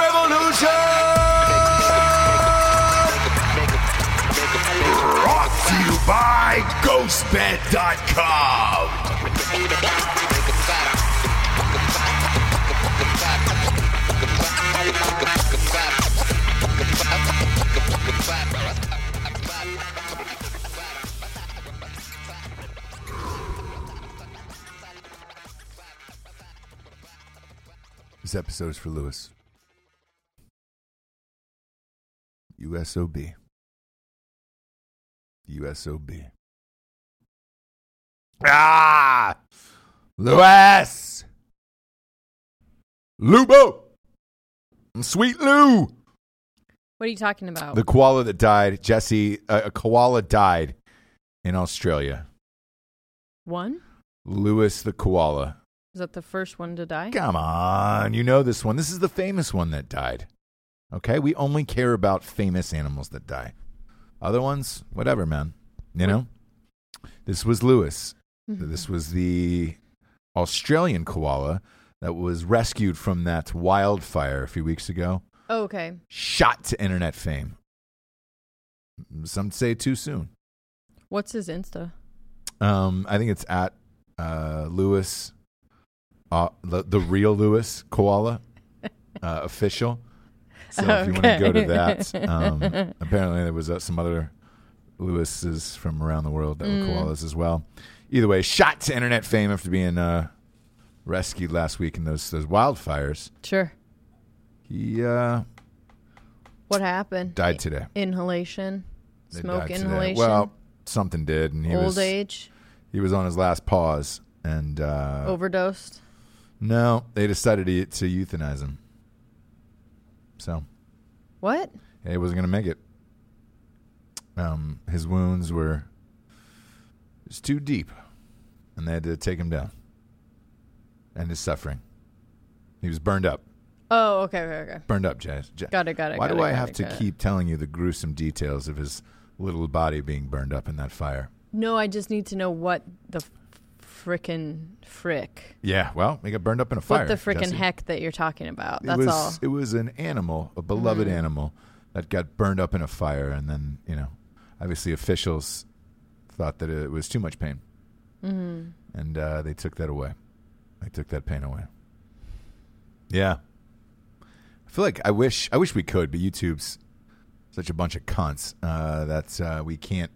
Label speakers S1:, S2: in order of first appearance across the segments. S1: Revolution! Brought to you by GhostBed.com! This episode is for Lewis. USOB. USOB. Ah! Lewis! Lubo! Sweet Lou!
S2: What are you talking about?
S1: The koala that died, Jesse, uh, a koala died in Australia.
S2: one?
S1: Lewis the koala.
S2: Is that the first one to die?
S1: Come on, you know this one. This is the famous one that died. Okay, we only care about famous animals that die. Other ones, whatever, man. You know? This was Lewis. This was the Australian koala that was rescued from that wildfire a few weeks ago.
S2: Oh, okay.
S1: shot to internet fame. Some say too soon.
S2: What's his Insta?
S1: Um, I think it's at uh, Lewis, uh, the, the real Lewis Koala uh, official. So if you want to go to that, um, apparently there was uh, some other Lewis's from around the world that
S2: Mm.
S1: were koalas as well. Either way, shot to internet fame after being uh, rescued last week in those those wildfires.
S2: Sure.
S1: He uh,
S2: What happened?
S1: died today.
S2: Inhalation,
S1: They
S2: smoke
S1: died today.
S2: inhalation,
S1: Well, something did, and he
S2: old
S1: was
S2: age,
S1: he was on his last pause, and uh,
S2: overdosed.
S1: no, they decided to, to euthanize him. So
S2: What?
S1: he wasn't going to make it. Um, his wounds were it's too deep, and they had to take him down. And his suffering, he was burned up,
S2: Oh, okay, okay, okay.
S1: burned up, Jazz. Ja-
S2: Got it, got it.
S1: Why
S2: got
S1: do
S2: it,
S1: I
S2: got
S1: have
S2: it,
S1: to
S2: got it.
S1: keep telling you the gruesome details of his little body being burned up in that fire?
S2: No, I just need to know what the frickin' frick.
S1: Yeah, well, he got burned up in a fire.
S2: what the frickin'
S1: Jesse.
S2: heck that you're talking about.
S1: it
S2: That's
S1: was
S2: all. Mm-hmm.
S1: it was an animal, a beloved animal that got burned up in a fire, and then you know, obviously officials thought that it was too much pain, mm-hmm. and uh, they took that away. They took that pain away. Yeah, I feel like I wish I wish we could, but YouTube's such a bunch of cunts uh, that uh, we can't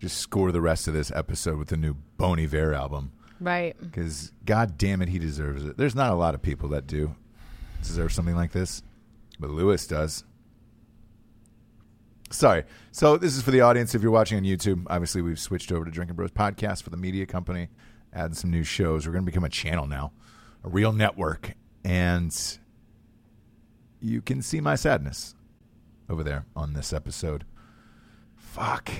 S1: just score the rest of this episode with the new Bon Iver album
S2: Right.
S1: because god damn it he deserves it there's not a lot of people that do deserve something like this but lewis does sorry so this is for the audience if you're watching on youtube obviously we've switched over to drinking bros podcast for the media company adding some new shows we're going to become a channel now a real network and you can see my sadness over there on this episode fuck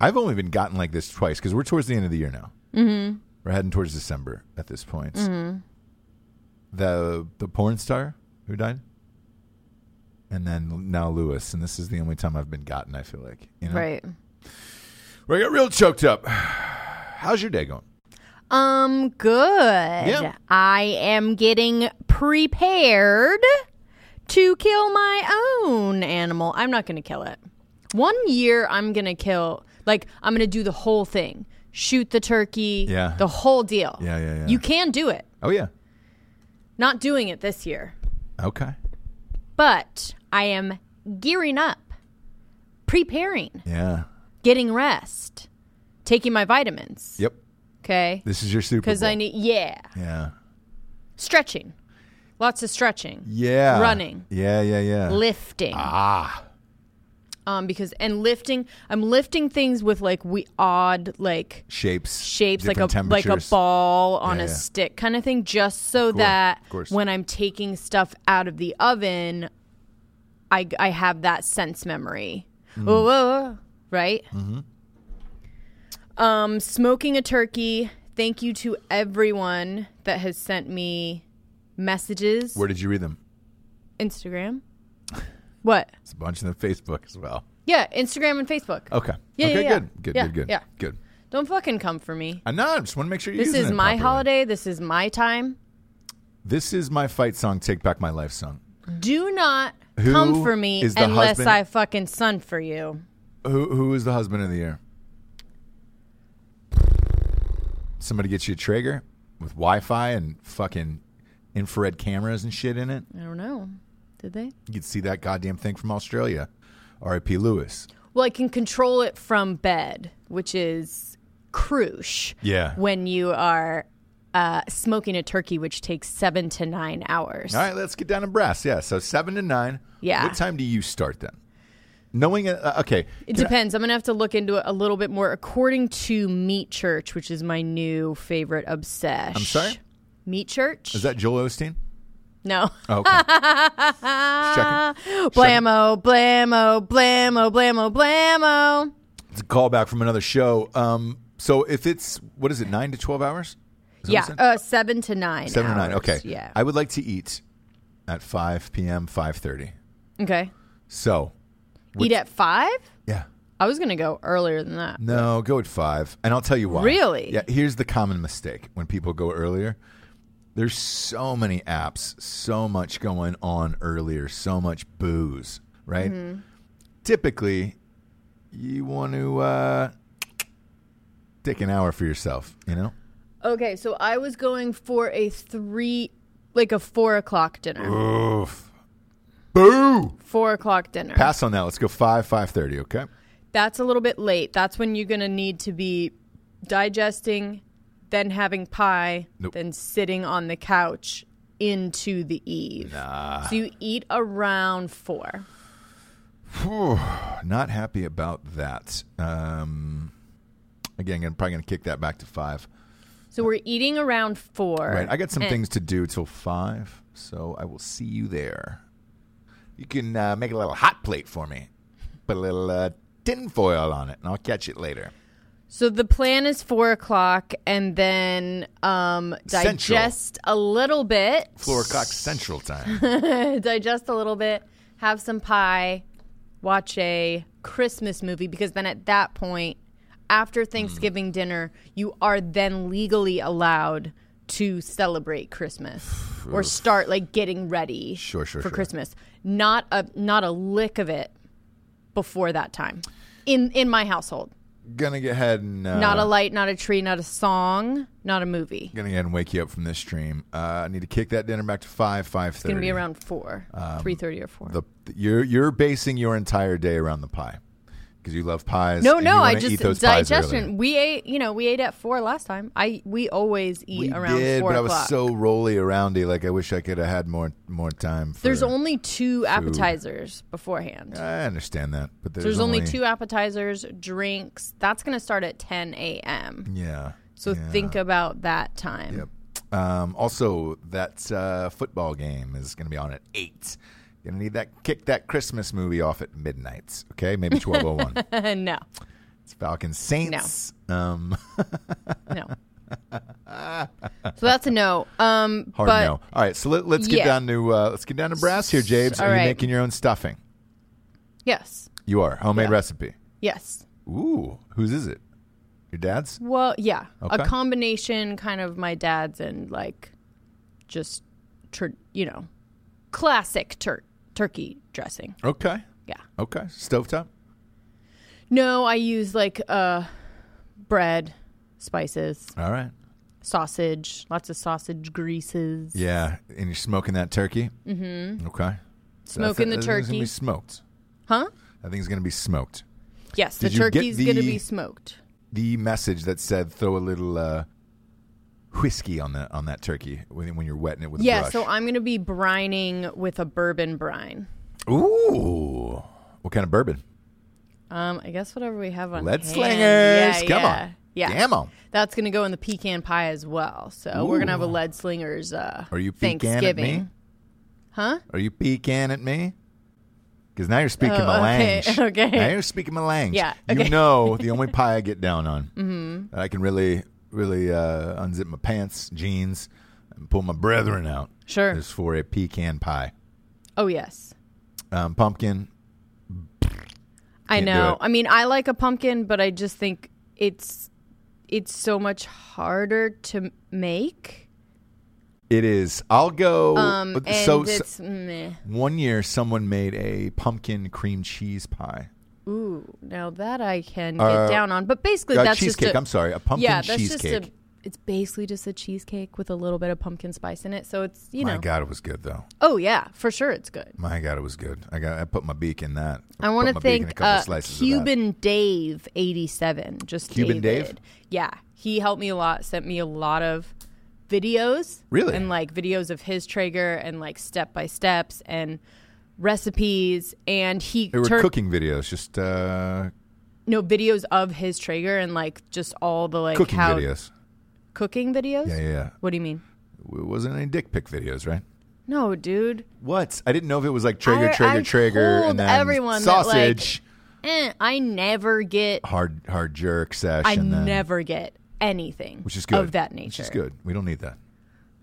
S1: i've only been gotten like this twice because we're towards the end of the year now
S2: Mm-hmm.
S1: we're heading towards December at this point. The the porn star who died, and then now Lewis, and this is the only time I've been gotten. I feel like you know?
S2: Right.
S1: where I got real choked up. How's your day going?
S2: Um, good.
S1: Yeah.
S2: I am getting prepared to kill my own animal. I'm not going to kill it. One year, I'm going to kill, like, I'm going to do the whole thing shoot the turkey,
S1: Yeah.
S2: the whole deal.
S1: Yeah, yeah, yeah.
S2: You can do it.
S1: Oh yeah,
S2: Not doing it this year,
S1: okay,
S2: but I am gearing up, preparing,
S1: yeah,
S2: getting rest, taking my vitamins.
S1: yep.
S2: Okay.
S1: This is your Super
S2: Because I
S1: Bowl.
S2: need, yeah.
S1: yeah,
S2: stretching lots of stretching
S1: yeah,
S2: Running.
S1: Yeah, yeah, yeah.
S2: lifting
S1: ah,
S2: um because and lifting i'm lifting things with like we odd like
S1: shapes,
S2: shapes like a
S1: different
S2: like a
S1: temperatures.
S2: ball on
S1: Yeah,
S2: a
S1: yeah.
S2: stick kind of thing just so that
S1: of course.
S2: when i'm taking stuff out of the oven i i have that sense memory
S1: Mm.
S2: Whoa, whoa, whoa. right
S1: Mm-hmm.
S2: um smoking a turkey thank you to everyone that has sent me messages
S1: Where did you read them?
S2: Instagram. What?
S1: It's a bunch on Facebook as well.
S2: Yeah, Instagram and Facebook.
S1: Okay.
S2: Yeah,
S1: okay,
S2: yeah, yeah.
S1: good. Good,
S2: Yeah,
S1: good, good.
S2: yeah.
S1: Good.
S2: Don't fucking come for me.
S1: I know. I just want to make sure you're
S2: This
S1: using
S2: is
S1: it
S2: my
S1: properly.
S2: holiday. This is my time.
S1: This is my fight song, Take Back My Life song.
S2: Do not
S1: Who
S2: come for me
S1: is the
S2: unless
S1: husband-
S2: I fucking sun for you.
S1: Who who is the husband of the year? Somebody gets you a Traeger with Wi-Fi and fucking infrared cameras and shit in it.
S2: I don't know. Did they?
S1: You could see that goddamn thing from Australia. R.I.P. Lewis.
S2: Well, I can control it from bed, which is crucial
S1: Yeah.
S2: when you are uh, smoking a turkey, which takes seven to nine hours.
S1: All right, let's get down to brass. Yeah, so seven to nine.
S2: Yeah.
S1: What time do you start then? Knowing uh, okay,
S2: It depends. I'm gonna have to look into it a little bit more. According to Meat Church, which is my new favorite obsession.
S1: I'm sorry?
S2: Meat Church.
S1: is that Joel Osteen?
S2: no?
S1: Oh, okay. Just checking.
S2: Blammo, blammo, blammo, blammo, blammo.
S1: It's a callback from another show. Um, so if it's what is it, nine to twelve hours? Is that what it
S2: Yeah,
S1: said?
S2: uh, seven to nine.
S1: seven to nine.
S2: hours.
S1: Okay.
S2: Yeah.
S1: I would like to eat at five p.m. five thirty.
S2: okay.
S1: So
S2: Eat at five.
S1: yeah,
S2: I was gonna go earlier than that.
S1: no, go at five, and I'll tell you why.
S2: Really?
S1: Yeah. Here's the common mistake when people go earlier. There's so many apps, so much going on earlier, so much booze, right? Typically, you want to uh, take an hour for yourself, you know?
S2: Okay, so I was going for a three, like a four o'clock dinner.
S1: Oof. Boo!
S2: Four o'clock dinner.
S1: Pass on that. Let's go 5, 5.30, okay?
S2: That's a little bit late. That's when you're going to need to be digesting, then having pie,
S1: Nope.
S2: then sitting on the couch into the eve. So you eat around four.
S1: Whew, not happy about that. Um, again, I'm probably going to kick that back to 5.
S2: So we're eating around four.
S1: Right. I got some
S2: And-
S1: things to do till five, so I will see you there. You can uh, make a little hot plate for me, put a little uh, tin foil on it, and I'll catch it later.
S2: So the plan is four o'clock, and then um,
S1: Central.
S2: digest a little bit.
S1: Floor o'clock Central Time.
S2: digest a little bit, have some pie, watch a Christmas movie because then at that point, after Thanksgiving dinner, you are then legally allowed to celebrate Christmas or start like getting ready
S1: Sure, sure,
S2: for
S1: sure.
S2: Christmas. Not a not a lick of it before that time. In in my household.
S1: gonna get ahead and uh,
S2: Not a light, not a tree, not a song, not a movie.
S1: gonna go ahead and wake you up from this stream. Uh, I need to kick that dinner back to five, five
S2: It's
S1: thirty. Um,
S2: gonna be around four, three thirty or four.
S1: the you're you're basing your entire day around the pie because you love pies.
S2: No,
S1: and
S2: no,
S1: you
S2: I
S1: wanna
S2: just
S1: eat those pies earlier.
S2: digestion. We ate, you know, we ate at four last time. I we always eat
S1: We
S2: around
S1: did,
S2: four
S1: but I
S2: o'clock.
S1: was so rolly aroundy. Like I wish I could have had more more time. For,
S2: there's only two appetizers beforehand.
S1: I understand that, but there's,
S2: there's only two appetizers, drinks. That's going to start at 10 a.m.
S1: Yeah.
S2: So
S1: yeah.
S2: think about that time.
S1: Yep. Um, also, that uh, football game is going to be on at eight. Gonna need that kick that Christmas movie off at midnight. Okay, maybe twelve oh one.
S2: no,
S1: It's Falcons Saints. Um,
S2: no. so that's a no. Um,
S1: hard
S2: but
S1: no. All right, so let, us get
S2: Yeah.
S1: down to uh, let's get down to brass here, James.
S2: All
S1: Are you
S2: right.
S1: making your own stuffing?
S2: yes,
S1: You are homemade recipe.
S2: yes.
S1: Ooh, whose is it? Your dad's?
S2: Well, yeah,
S1: Okay.
S2: a combination kind of my dad's and like just tr you know, classic tur- turkey dressing.
S1: Okay.
S2: Yeah.
S1: Okay. Stovetop.
S2: No, I use like uh bread, spices,
S1: All right.
S2: sausage, lots of sausage greases.
S1: Yeah, and you're smoking that turkey. Mm-hmm. Okay. So I
S2: Smoking
S1: thi-
S2: the
S1: I think It's gonna be
S2: turkey.
S1: smoked.
S2: Huh?
S1: I think it's gonna be smoked.
S2: Yes,
S1: Did
S2: the
S1: you get
S2: turkey's going to
S1: the-
S2: be smoked.
S1: The message that said throw a little uh, whiskey on the on that turkey when, when you're wetting it with
S2: Yeah,
S1: a brush.
S2: so I'm going to be brining with a bourbon brine.
S1: Ooh, what kind of bourbon?
S2: Um, I guess whatever we have on
S1: Lead
S2: hand.
S1: slingers.
S2: Yeah,
S1: Come
S2: yeah,
S1: on.
S2: Yeah.
S1: Damn 'em.
S2: That's going to go in the pecan pie as well. So we're going to have a lead slingers uh
S1: Are you pecan at
S2: Thanksgiving.
S1: me?
S2: Huh?
S1: Are you peeking at me? Because now you're speaking
S2: Oh,
S1: my
S2: okay,
S1: language.
S2: okay.
S1: Now you're speaking my language.
S2: Yeah,
S1: You
S2: okay. Mm-hmm.
S1: know the only pie I get down on that I can really, really uh, unzip my pants, jeans, and pull my brethren out
S2: Sure.
S1: is for a pecan pie.
S2: Oh yes.
S1: Um, pumpkin.
S2: I
S1: Can't do
S2: know.
S1: it.
S2: I mean, I like a pumpkin, but I just think it's it's so much harder to m- make.
S1: It is. I'll go.
S2: Um,
S1: but-
S2: and
S1: so, so
S2: it's meh.
S1: one year, someone made a pumpkin cream cheese pie.
S2: Ooh, now that I can
S1: Uh,
S2: get down on. But basically,
S1: Uh,
S2: that's
S1: cheesecake.
S2: just a,
S1: I'm sorry, a pumpkin
S2: yeah, that's
S1: cheesecake.
S2: just a. It's basically just a cheesecake with a little bit of pumpkin spice in it. So it's you
S1: My
S2: know.
S1: God, it was good though.
S2: Oh yeah, for sure, it's good.
S1: My God, it was good. I got. I put my beak in that.
S2: I want
S1: put my
S2: to
S1: beak in a
S2: thank
S1: couple
S2: uh,
S1: slices of that.
S2: Cuban Dave eighty seven. Just
S1: Cuban Dave?
S2: David. Yeah, he helped me a lot. Sent me a lot of videos.
S1: Really?
S2: And like videos of his Traeger and like step by steps and recipes. And he
S1: They were
S2: turned
S1: cooking videos, just uh,
S2: no videos of his Traeger and like just all the like
S1: cooking
S2: how
S1: videos.
S2: cooking videos.
S1: Yeah, yeah, yeah.
S2: What do you mean?
S1: It wasn't any dick pic videos, right?
S2: No, dude.
S1: What? I didn't know if it was like Traeger,
S2: I-
S1: Traeger,
S2: I
S1: Traeger,
S2: told
S1: and then
S2: everyone that, like,
S1: sausage,
S2: Eh, I never get.
S1: hard hard jerk sesh,
S2: I
S1: and then
S2: never get anything
S1: which is good
S2: of that
S1: Which
S2: nature.
S1: is good. We don't need that.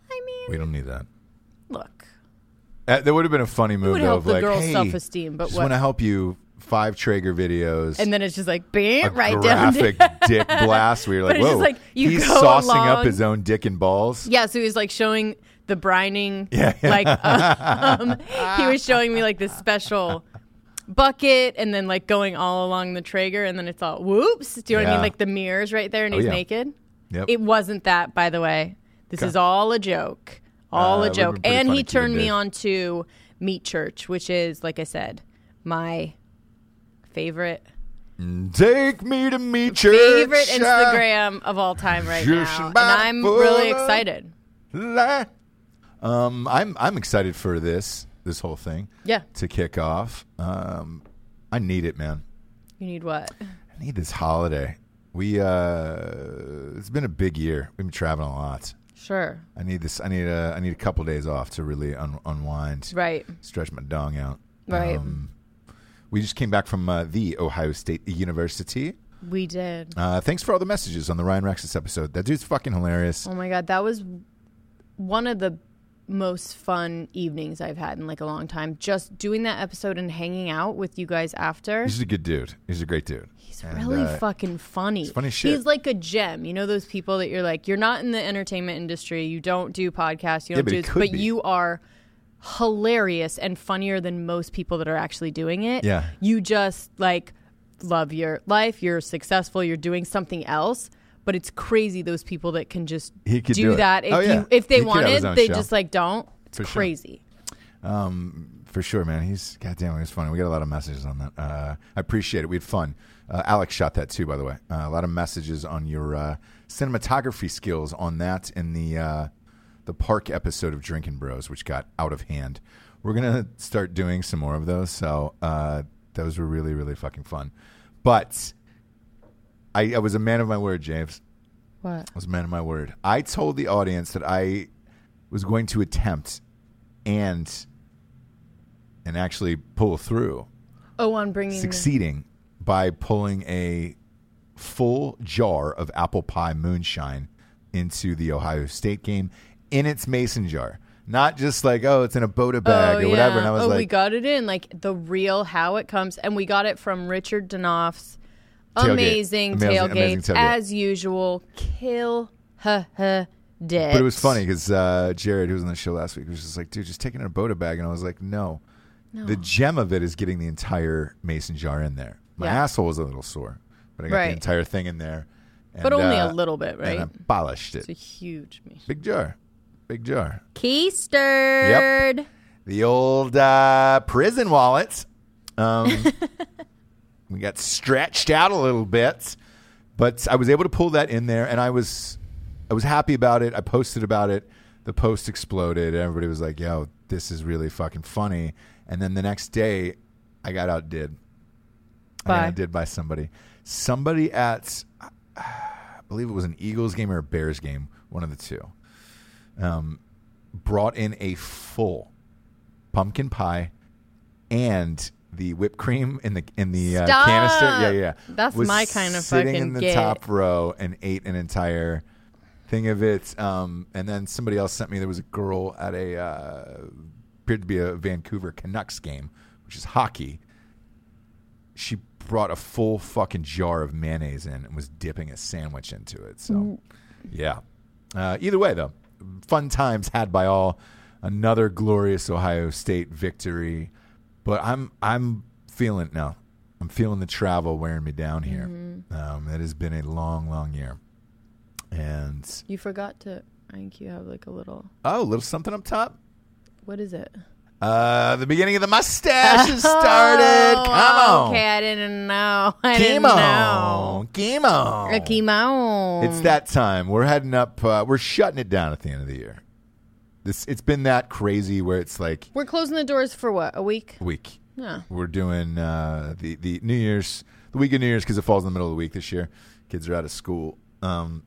S2: I mean,
S1: We don't need that.
S2: look.
S1: Uh, that would have been a funny move
S2: would
S1: though.
S2: help
S1: of
S2: the
S1: like,
S2: girl's
S1: hey,
S2: self-esteem, but
S1: just
S2: what-
S1: want to help you five Traeger videos.
S2: And then it's just like, bam,
S1: a
S2: right down.
S1: graphic dick blast. We were like,
S2: But it's just
S1: whoa,
S2: like, you
S1: he's
S2: go
S1: saucing up
S2: along-
S1: his own dick and balls.
S2: Yeah, so he was like showing the brining.
S1: Yeah.
S2: Like um, he was showing me like this special bucket, and then like going all along the Traeger, and then it's all whoops. Do you know what I
S1: Yeah.
S2: mean? Like the mirrors right there, and
S1: Oh,
S2: he's
S1: yeah.
S2: naked.
S1: Yep.
S2: It wasn't that, by the way. This is all a joke.
S1: Uh, it
S2: All a
S1: would've
S2: joke.
S1: been pretty
S2: And
S1: funny
S2: he
S1: if you
S2: turned me
S1: did.
S2: on to Meat Church, which is like I said, my favorite
S1: Take me to meet church.
S2: favorite
S1: uh,
S2: Instagram of all time right
S1: You
S2: now.
S1: should
S2: And
S1: buy
S2: I'm
S1: full
S2: really
S1: of-
S2: excited.
S1: la- Um, I'm I'm excited for this this whole thing
S2: Yeah.
S1: to kick off. Um, I need it, man.
S2: You need what?
S1: I need this holiday. We uh, it's been a big year. We've been traveling a lot.
S2: Sure.
S1: I need this. I need a. I need a couple days off to really un- unwind,
S2: Right.
S1: stretch my dong out. Um,
S2: Right.
S1: we just came back from uh, the Ohio State University.
S2: we did.
S1: Uh, thanks for all the messages on the Ryan Rexis episode. That dude's fucking hilarious.
S2: Oh my god, that was one of the most fun evenings I've had in like a long time. Just doing that episode and hanging out with you guys after.
S1: He's a good dude. He's a great dude.
S2: He's
S1: And,
S2: really
S1: uh,
S2: fucking funny.
S1: funny shit.
S2: He's like a gem. You know those people that you're like, you're not in the entertainment industry, you don't do podcasts, you
S1: Yeah,
S2: don't
S1: but
S2: do
S1: he
S2: this,
S1: could
S2: but
S1: be.
S2: you are hilarious and funnier than most people that are actually doing it.
S1: Yeah.
S2: You just like love your life, you're successful, you're doing something else. But it's crazy those people that can just
S1: He could do it.
S2: that if
S1: Oh, yeah.
S2: you if they
S1: He could
S2: want
S1: have
S2: it,
S1: his own
S2: they
S1: show.
S2: just like don't. It's
S1: For sure.
S2: crazy.
S1: For sure, man. He's goddamn. He was funny. We got a lot of messages on that. Uh, I appreciate it. We had fun. Uh, Alex shot that too, by the way. Uh, a lot of messages on your uh, cinematography skills on that in the uh, the park episode of Drinking Bros, which got out of hand. We're gonna start doing some more of those. So uh, those were really, really fucking fun. But I, I was a man of my word, James.
S2: What?
S1: I was a man of my word. I told the audience that I was going to attempt and and actually pull through,
S2: Oh, on bringing the-
S1: succeeding by pulling a full jar of apple pie moonshine into the Ohio State game in its mason jar. Not just like, oh, it's in a Boda bag or whatever. And I was
S2: oh, we
S1: like,
S2: got it in like the real how it comes, and we got it from Richard Danoff's
S1: Tailgate.
S2: amazing
S1: Amazing-
S2: tailgate,
S1: amazing tailgate.
S2: as usual. Kill ha ha dead.
S1: but it was funny because uh, Jared, who was on the show last week, was just like, dude, just take it in a Boda bag. And I was like, no. The gem of it is getting the entire mason jar in there. My
S2: Yeah.
S1: asshole was a little sore, but I got the
S2: Right.
S1: entire thing in there. And,
S2: but only
S1: uh,
S2: a little bit, right?
S1: And I polished
S2: It's a
S1: it.
S2: huge me.
S1: Big jar. Big jar.
S2: Keysterd.
S1: The old uh, prison wallet. Um, we got stretched out a little bit, but I was able to pull that in there, and I was I was happy about it. I posted about it. The post exploded. Everybody was like, "Yo, this is really fucking funny." And then the next day, I got outdid. I
S2: By?
S1: got outdid by somebody. Somebody at I believe it was an Eagles game or a Bears game, one of the two. Um, brought in a full pumpkin pie and the whipped cream in the in the uh,
S2: Stop.
S1: canister. Yeah, yeah.
S2: That's
S1: Was
S2: my kind of
S1: sitting
S2: fucking
S1: in the
S2: get.
S1: top row and ate an entire thing of it. Um, and then somebody else sent me. There was a girl at a uh, appeared to be a Vancouver Canucks game, which is hockey. She brought a full fucking jar of mayonnaise in and was dipping a sandwich into it. So.
S2: Mm.
S1: Yeah. Uh, either way, though, fun times had by all. Another glorious Ohio State victory, but I'm I'm feeling it now. I'm feeling the travel wearing me down here.
S2: Mm-hmm.
S1: Um, it has been a long, long year, and
S2: You forgot to. I think you have like a little.
S1: oh, a little something up top.
S2: What is it?
S1: Uh, the beginning of the mustache has started.
S2: Oh,
S1: Come on,
S2: Okay, I didn't know. I didn't
S1: Game
S2: know.
S1: on, game on.
S2: A chemo.
S1: It's that time. We're heading up. Uh, we're shutting it down at the end of the year. This it's been that crazy where it's like
S2: We're closing the doors for what? A week?
S1: week.
S2: No.
S1: We're doing uh, the the New Year's the week of New Year's because it falls in the middle of the week this year. Kids are out of school. Um,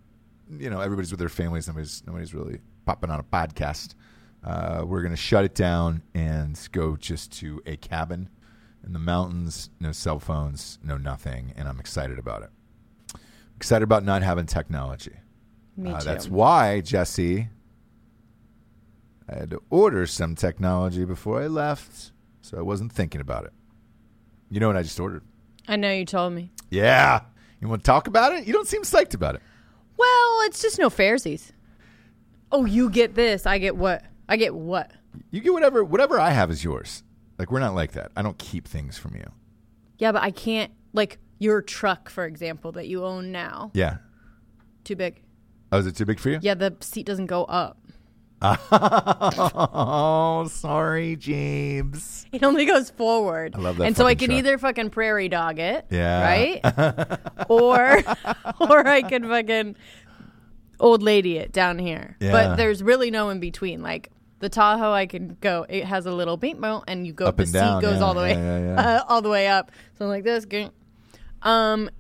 S1: you know, everybody's with their families. Nobody's nobody's really popping on a podcast. Uh, we're gonna shut it down and go just to a cabin in the mountains. No cell phones. No nothing. And I'm excited about it. Excited about not having technology.
S2: Me
S1: Uh,
S2: too.
S1: that's why, Jesse, I had to order some technology before I left, so I wasn't thinking about it. You know what I just ordered?
S2: I know you told me.
S1: Yeah. You want to talk about it? You don't seem psyched about it.
S2: Well, it's just no fairsies. Oh, you get this. I get what? I get what?
S1: You get whatever whatever I have is yours. Like we're not like that. I don't keep things from you.
S2: Yeah, but I can't. Like your truck, for example, that you own now.
S1: Yeah.
S2: Too big.
S1: Oh, is it too big for you?
S2: Yeah, the seat doesn't go up.
S1: oh, sorry, James.
S2: It only goes forward. I
S1: love that
S2: And so I
S1: fucking
S2: can
S1: truck.
S2: either fucking prairie dog it,
S1: Yeah.
S2: right, or or I can fucking old lady it down here.
S1: Yeah.
S2: But there's really no in between. Like the Tahoe, I can go. It has a little beatmo, and you go
S1: Up
S2: the
S1: and down,
S2: seat goes
S1: yeah,
S2: all the way,
S1: yeah, yeah, yeah.
S2: Uh, all the way up. So I'm like this. grr. Um.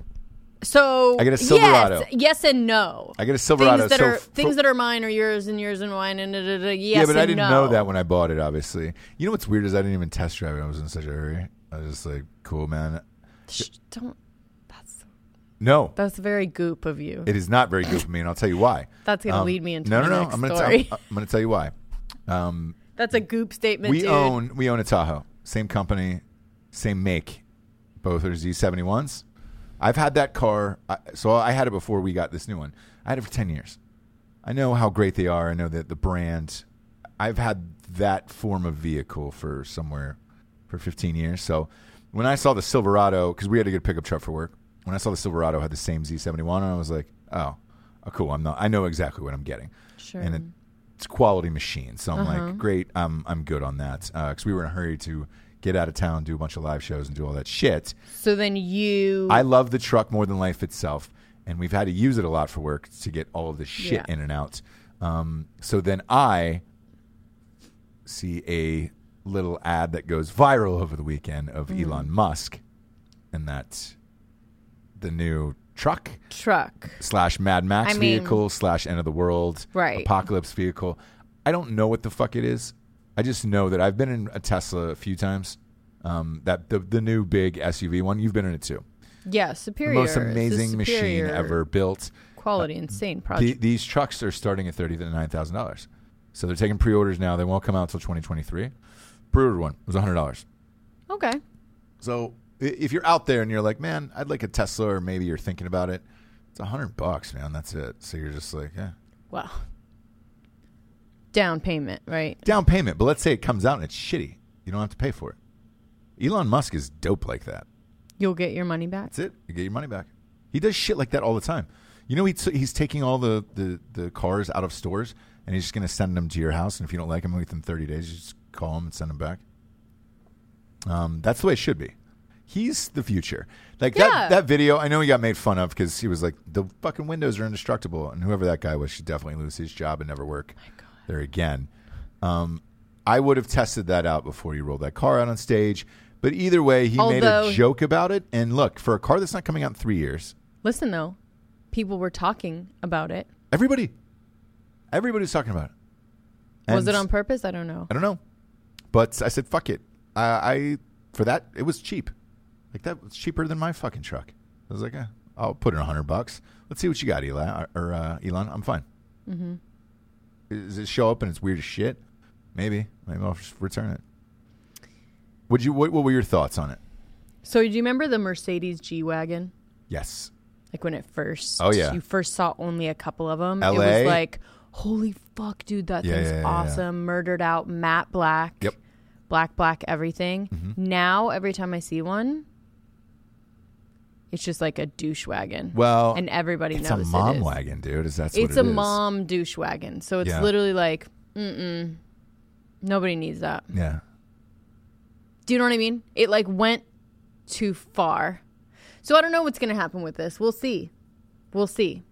S2: So
S1: I get a Silverado.
S2: Yes, yes and no.
S1: I get a Silverado.
S2: Things that
S1: so
S2: are
S1: f-
S2: things that are mine are yours, and yours and mine, and da, da, da, yes.
S1: yeah, but I
S2: and
S1: didn't
S2: no.
S1: know that when I bought it. Obviously, you know what's weird is I didn't even test drive it. I was in such a hurry. I was just like, "Cool, man."
S2: Shh, don't. That's
S1: No,
S2: That's very goop of you.
S1: it is not very good for me, and I'll tell you why.
S2: That's gonna
S1: Um,
S2: lead me into
S1: no,
S2: my
S1: no, no.
S2: next
S1: I'm gonna
S2: story.
S1: Tell, I'm going to tell you why. Um,
S2: That's a goop statement,
S1: we
S2: dude.
S1: own we own a Tahoe, same company, same make. Both are Z71s. I've had that car, I, so I had it before we got this new one. I had it for ten years. I know how great they are. I know that the brand. I've had that form of vehicle for somewhere for 15 years. So when I saw the Silverado, because we had to get a pickup truck for work, when I saw the Silverado had the same Z71, and I was like, oh, oh, cool. I'm not. I know exactly what I'm getting.
S2: Sure. Uh-huh.
S1: And it, it's a quality machine. So I'm like, great. I'm I'm good on that because we were in a hurry to get out of town, do a bunch of live shows, and do all that shit.
S2: So then you.
S1: I love the truck more than life itself, and we've had to use it a lot for work to get all of the shit
S2: Yeah.
S1: in and out. Um, so then I see a little ad that goes viral over the weekend of
S2: Mm-hmm.
S1: Elon Musk, and that's the new truck
S2: truck.
S1: slash Mad Max
S2: I mean-
S1: vehicle slash end of the world
S2: Right.
S1: apocalypse vehicle. I don't know what the fuck it is. I just know that I've been in a Tesla a few times. Um, that the the new big SUV one. You've been in it too
S2: Yeah, superior.
S1: the most
S2: It's a
S1: amazing machine
S2: superior
S1: ever Uh, built.
S2: Quality, insane
S1: The,
S2: project.
S1: these trucks are starting at thirty to nine thousand dollars, so they're taking pre-orders now. They won't come out until twenty twenty three. Pre-order one was hundred dollars.
S2: okay.
S1: So i- if you're out there and you're like, man, I'd like a Tesla, or maybe you're thinking about it, it's hundred bucks, man. That's it. So you're just like, yeah,
S2: Wow. Down payment, right?
S1: down payment. But let's say it comes out and it's shitty. You don't have to pay for it. Elon Musk is dope like that.
S2: You'll get your money back.
S1: That's it. You get your money back. He does shit like that all the time. You know, he t- he's taking all the, the, the cars out of stores and he's just going to send them to your house. And if you don't like them within 30 days, you just call him and send them back. Um, that's the way it should be. He's the future. Like
S2: Yeah.
S1: that, that video, I know he got made fun of because he was like, the fucking windows are indestructible. And whoever that guy was should definitely lose his job and never work there again. Um, I would have tested that out before you rolled that car out on stage. But either way, he made
S2: Although-
S1: a joke about it. And look, for a car that's not coming out in three years,
S2: Listen, though, people were talking about it.
S1: everybody, everybody's talking about it.
S2: was it
S1: And
S2: on purpose? I don't know.
S1: I don't know, but I said fuck it. I, I for that it was cheap, like that was cheaper than my fucking truck. I was like, eh, I'll put in a hundred bucks. Let's see what you got, Elon or uh, Elon. I'm fine. Mm-hmm. Does it show up and it's weird as shit? Maybe, maybe I'll just return it. Would you? What, what were your thoughts on it?
S2: So, do you remember the Mercedes G Wagon?
S1: Yes,
S2: Like when it first,
S1: Oh, yeah.
S2: you first saw only a couple of them. It
S1: LA?
S2: was like, holy fuck, dude, that
S1: Yeah,
S2: thing's
S1: yeah, yeah, yeah.
S2: awesome. Murdered out, matte black.
S1: Yep. Mm-hmm.
S2: Black, black, everything. Now, every time I see one, it's just like a douche wagon.
S1: Well,
S2: and everybody
S1: it's a
S2: knows it
S1: mom
S2: is.
S1: wagon, dude. Is that's what
S2: It's
S1: it
S2: a
S1: is.
S2: mom douche wagon. So it's
S1: Yeah.
S2: literally like, mm mm. Nobody needs that.
S1: Yeah,
S2: Do you know what I mean? It like went too far. So I don't know what's going to happen with this. We'll see. We'll see.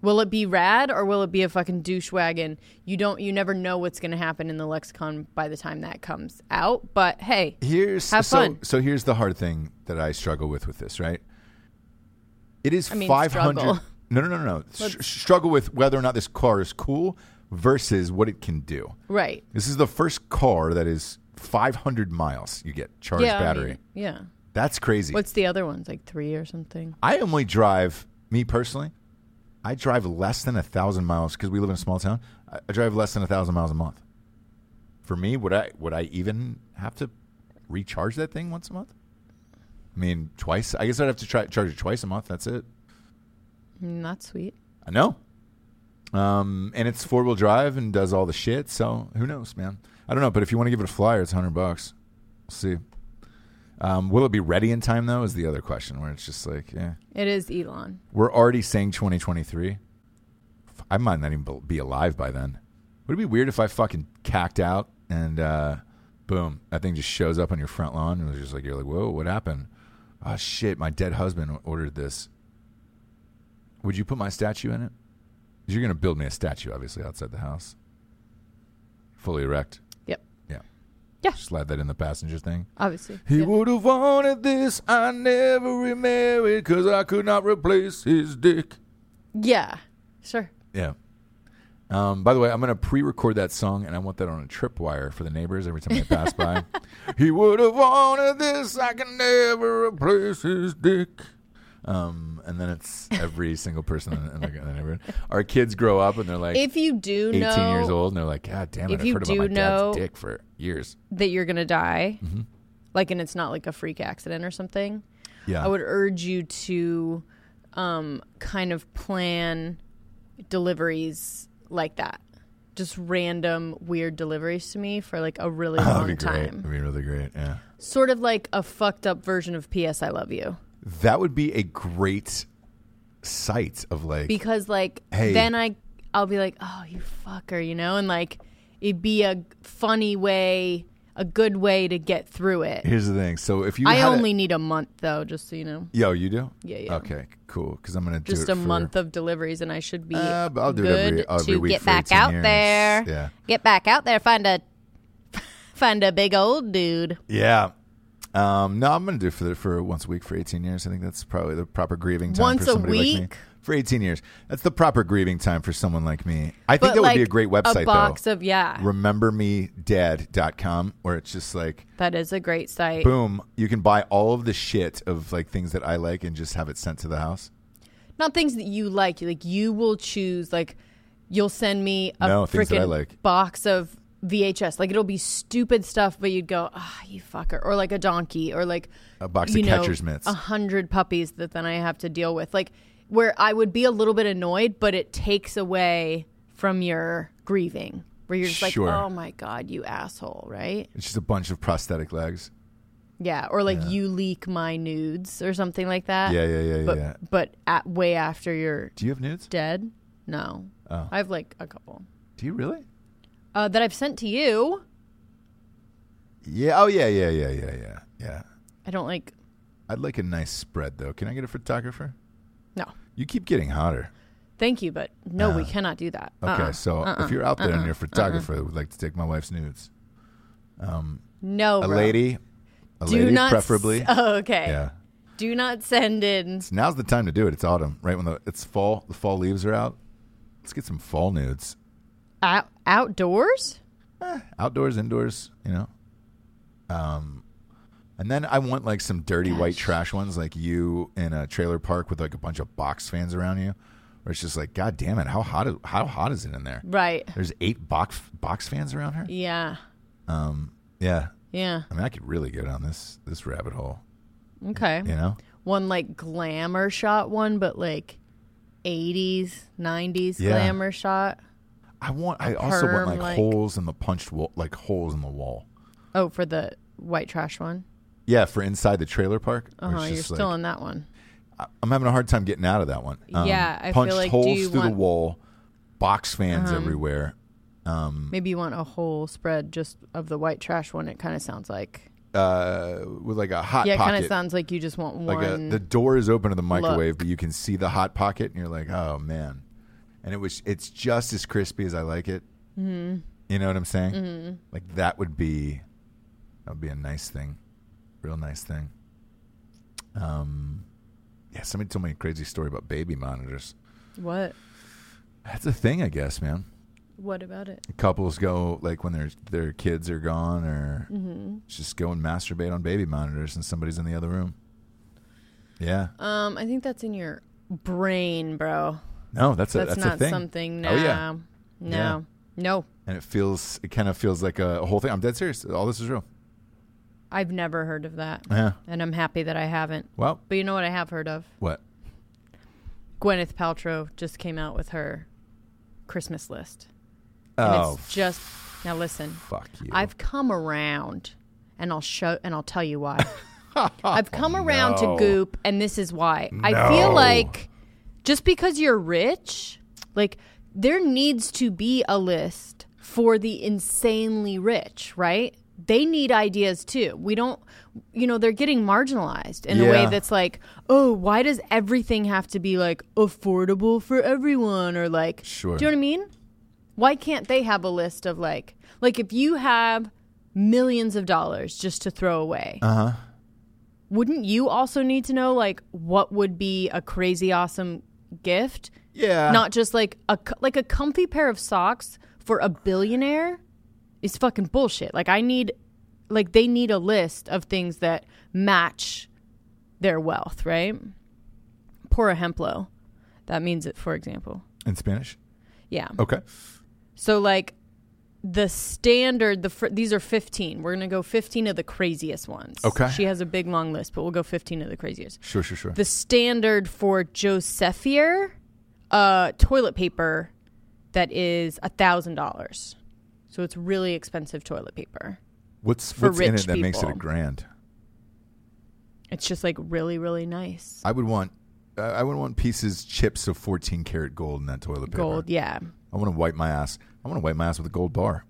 S2: Will it be rad or will it be a fucking douche wagon? You don't you never know what's going to happen in the lexicon by the time that comes out, but hey,
S1: here's
S2: Have
S1: so,
S2: fun.
S1: So here's the hard thing that I struggle with with this, right? It is
S2: mean,
S1: 500
S2: struggle.
S1: No, no, no, no. Str- struggle with whether or not this car is cool versus what it can do.
S2: right.
S1: This is the first car that is 500 miles you get charged
S2: yeah, I
S1: battery.
S2: mean, yeah.
S1: That's crazy.
S2: What's the other ones? Like 3 or something?
S1: I only drive me personally. I drive less than a thousand miles because we live in a small town. I, I drive less than a thousand miles a month. For me, would I would I even have to recharge that thing once a month? I mean, twice. I guess I'd have to try charge it twice a month. That's it.
S2: Mm, That's sweet.
S1: I know. Um, and it's four wheel drive and does all the shit. So who knows, man? I don't know. But if you want to give it a flyer, it's hundred bucks. We'll see. Um, will it be ready in time though? Is the other question where it's just like, yeah,
S2: It is Elon.
S1: we're already saying 2023. F- I might not even bel- be alive by then. Would it be weird if I fucking cacked out and uh, boom, that thing just shows up on your front lawn and it was just like you're like, whoa, what happened? Oh shit, my dead husband ordered this. Would you put my statue in it? 'Cause You're gonna build me a statue, obviously, outside the house, fully erect.
S2: Yep.
S1: Yeah.
S2: Yeah.
S1: Slide that in the passenger thing.
S2: Obviously.
S1: He
S2: Yeah.
S1: would have wanted this. I never remarried because I could not replace his dick.
S2: yeah. Sure.
S1: Yeah. Um, by the way, I'm going to pre record that song and I want that on a tripwire for the neighbors every time they pass by. He would have wanted this. I can never replace his dick. Um, and then it's every single person in, in, the, in the neighborhood. Our kids grow up and they're like
S2: If you do
S1: 18
S2: know
S1: years old and they're like, God damn it,
S2: If
S1: I've
S2: you
S1: heard about
S2: do
S1: my
S2: know-
S1: dad's dick for years.
S2: that you're gonna die,
S1: Mm-hmm.
S2: like, and it's not like a freak accident or something,
S1: Yeah.
S2: I would urge you to um, kind of plan deliveries like that. Just random weird deliveries to me for like a really
S1: That'd be
S2: long
S1: great.
S2: time.
S1: That'd be really great. Yeah.
S2: Sort of like a fucked up version of PS I Love You.
S1: That would be a great site of like
S2: Because like
S1: Hey.
S2: then I I'll be like, Oh you fucker, you know, and like it'd be a funny way a good way to get through it.
S1: here's the thing. So if you
S2: I
S1: had a-
S2: only need a month though, just so you know.
S1: Yo, you do?
S2: Yeah, yeah.
S1: Okay, cool. Because I'm gonna do
S2: Just
S1: it
S2: a
S1: for-
S2: month of deliveries and I should be
S1: Uh, but I'll do it
S2: good
S1: every- every
S2: to
S1: week
S2: get
S1: for
S2: back
S1: 18
S2: out
S1: years.
S2: there.
S1: Yeah.
S2: Get back out there, find a find a big old dude.
S1: Yeah. Um, no, I'm gonna do it for the, for once a week for 18 years. I think that's probably the proper grieving time for
S2: Once a
S1: somebody like
S2: week?
S1: me. For 18 years, that's the proper grieving time for someone like me. I think
S2: But,
S1: that
S2: like,
S1: would be a great website
S2: A box
S1: though.
S2: of yeah.
S1: RememberMeDead.com, where it's just like,
S2: that is a great site.
S1: boom, you can buy all of the shit of like things that I like and just have it sent to the house.
S2: not things that you like. Like you will choose. Like you'll send me a
S1: No, things that I
S2: freaking
S1: like.
S2: box of VHS. Like it'll be stupid stuff, but you'd go, ah, you fucker, or like a donkey, or like
S1: A box
S2: you
S1: of
S2: know,
S1: catcher's mitts.
S2: a hundred puppies that then I have to deal with. Like where I would be a little bit annoyed, but it takes away from your grieving. Where you're just like,
S1: Sure.
S2: oh my god, you asshole, right?
S1: It's just a bunch of prosthetic legs.
S2: Yeah, or like you leak my nudes or something like that.
S1: Yeah, yeah, yeah, yeah.
S2: Uh, but
S1: yeah.
S2: but at, way after you're
S1: Do you have nudes?
S2: dead? No.
S1: Oh.
S2: I have like a couple
S1: Do you really?
S2: uh, that I've sent to you.
S1: Yeah. Oh, yeah, yeah, yeah, yeah, yeah, yeah.
S2: I don't like.
S1: I'd like a nice spread though. Can I get a photographer?
S2: No.
S1: You keep getting hotter.
S2: Thank you, but no, we cannot do that.
S1: Uh, Okay,
S2: Uh-uh.
S1: so if you're out there and you're a photographer that would like to take my wife's nudes,
S2: no,
S1: a
S2: bro.
S1: lady, a
S2: do
S1: lady
S2: not s-
S1: preferably.
S2: oh, okay.
S1: yeah.
S2: Do not send in.
S1: So now's the time to do it. It's autumn, right when the it's fall. The fall leaves are out. Let's get some fall nudes.
S2: Out- outdoors?
S1: Eh, Outdoors, indoors, you know. Um, and then I want like some dirty white trash ones, like you in a trailer park with like a bunch of box fans around you, where it's just like, God damn it, how hot is how hot is it in there?
S2: Right.
S1: There's eight box box fans around her.
S2: Yeah.
S1: Yeah,
S2: Yeah.
S1: I mean, I could really go down this this rabbit hole.
S2: Okay.
S1: You know,
S2: One like glamour shot one, but like 80s, 90s
S1: Yeah.
S2: glamour shot.
S1: I want. I also want
S2: perm,
S1: like,
S2: like-
S1: holes in the punched wall, like holes in the wall.
S2: Oh, for the white trash one?
S1: Yeah, for inside the trailer park. where
S2: Uh
S1: it's
S2: huh. You're
S1: just like-
S2: still in that one.
S1: I- I'm having a hard time getting out of that one. Um,
S2: Yeah, I feel
S1: punched
S2: like, do
S1: holes
S2: you
S1: through
S2: want- Uh-huh.
S1: the wall, box fans everywhere. Hmm. Um,
S2: Maybe you want a whole spread just of the white trash one. It kind of sounds like.
S1: Uh, with like a hot
S2: Yeah, it kind
S1: pocket.
S2: of sounds like you just want
S1: like a,
S2: one.
S1: the door is open to the microwave, but you can see the hot pocket, and you're like, oh man. And it was it's just as crispy as I like it. Mm-hmm. You know what I'm saying? Mm-hmm. Like that would be that would be a nice thing, real nice thing. Um, yeah. Somebody told me a crazy story about baby monitors.
S2: what?
S1: That's a thing, I guess, man.
S2: What about it?
S1: Couples go like when their their kids are gone, or
S2: Mm-hmm.
S1: just go and masturbate on baby monitors, and somebody's in the other room. Yeah.
S2: Um, I think that's in your brain, bro.
S1: No, that's a
S2: That's,
S1: that's, a
S2: not
S1: thing.
S2: something. No.
S1: Oh yeah,
S2: No.
S1: Yeah.
S2: No.
S1: and it feels it kind of feels like a, a whole thing. I'm dead serious. All this is real.
S2: I've never heard of that.
S1: Yeah.
S2: And I'm happy that I haven't.
S1: Well,
S2: But you know what I have heard of?
S1: what?
S2: Gwyneth Paltrow just came out with her Christmas list. And
S1: Oh,
S2: it's just now listen.
S1: fuck you.
S2: I've come around and I'll show and I'll tell you why. I've come around
S1: no.
S2: to Goop and this is why. I feel
S1: No.
S2: like just because you're rich, like there needs to be a list for the insanely rich, right? They need ideas too. We don't you know, they're getting marginalized in a way
S1: Yeah.
S2: that's like, "Oh, why does everything have to be like affordable for everyone?" or like
S1: Sure.
S2: Do you know what I mean? why can't they have a list of like like if you have millions of dollars just to throw away uh-huh wouldn't you also need to know like what would be a crazy awesome gift
S1: yeah.
S2: not just like a co- like a comfy pair of socks for a billionaire is fucking bullshit like i need like they need a list of things that match their wealth right por ejemplo that means it for example
S1: in Spanish.
S2: yeah
S1: Okay.
S2: so like the standard the fr- these are 15. We're going to go 15 of the craziest ones.
S1: Okay.
S2: She has a big long list, but we'll go 15 of the craziest.
S1: Sure, sure, sure.
S2: The standard for Josephier uh toilet paper that is $1000. So it's really expensive toilet paper.
S1: what's
S2: for
S1: what's in it
S2: rich
S1: that makes it a
S2: people.
S1: grand?
S2: It's just like really really nice.
S1: I would want I- I would want pieces chips of 14 karat gold in that toilet paper.
S2: Gold, yeah.
S1: I want to wipe my ass. I want to wipe my ass with a gold bar.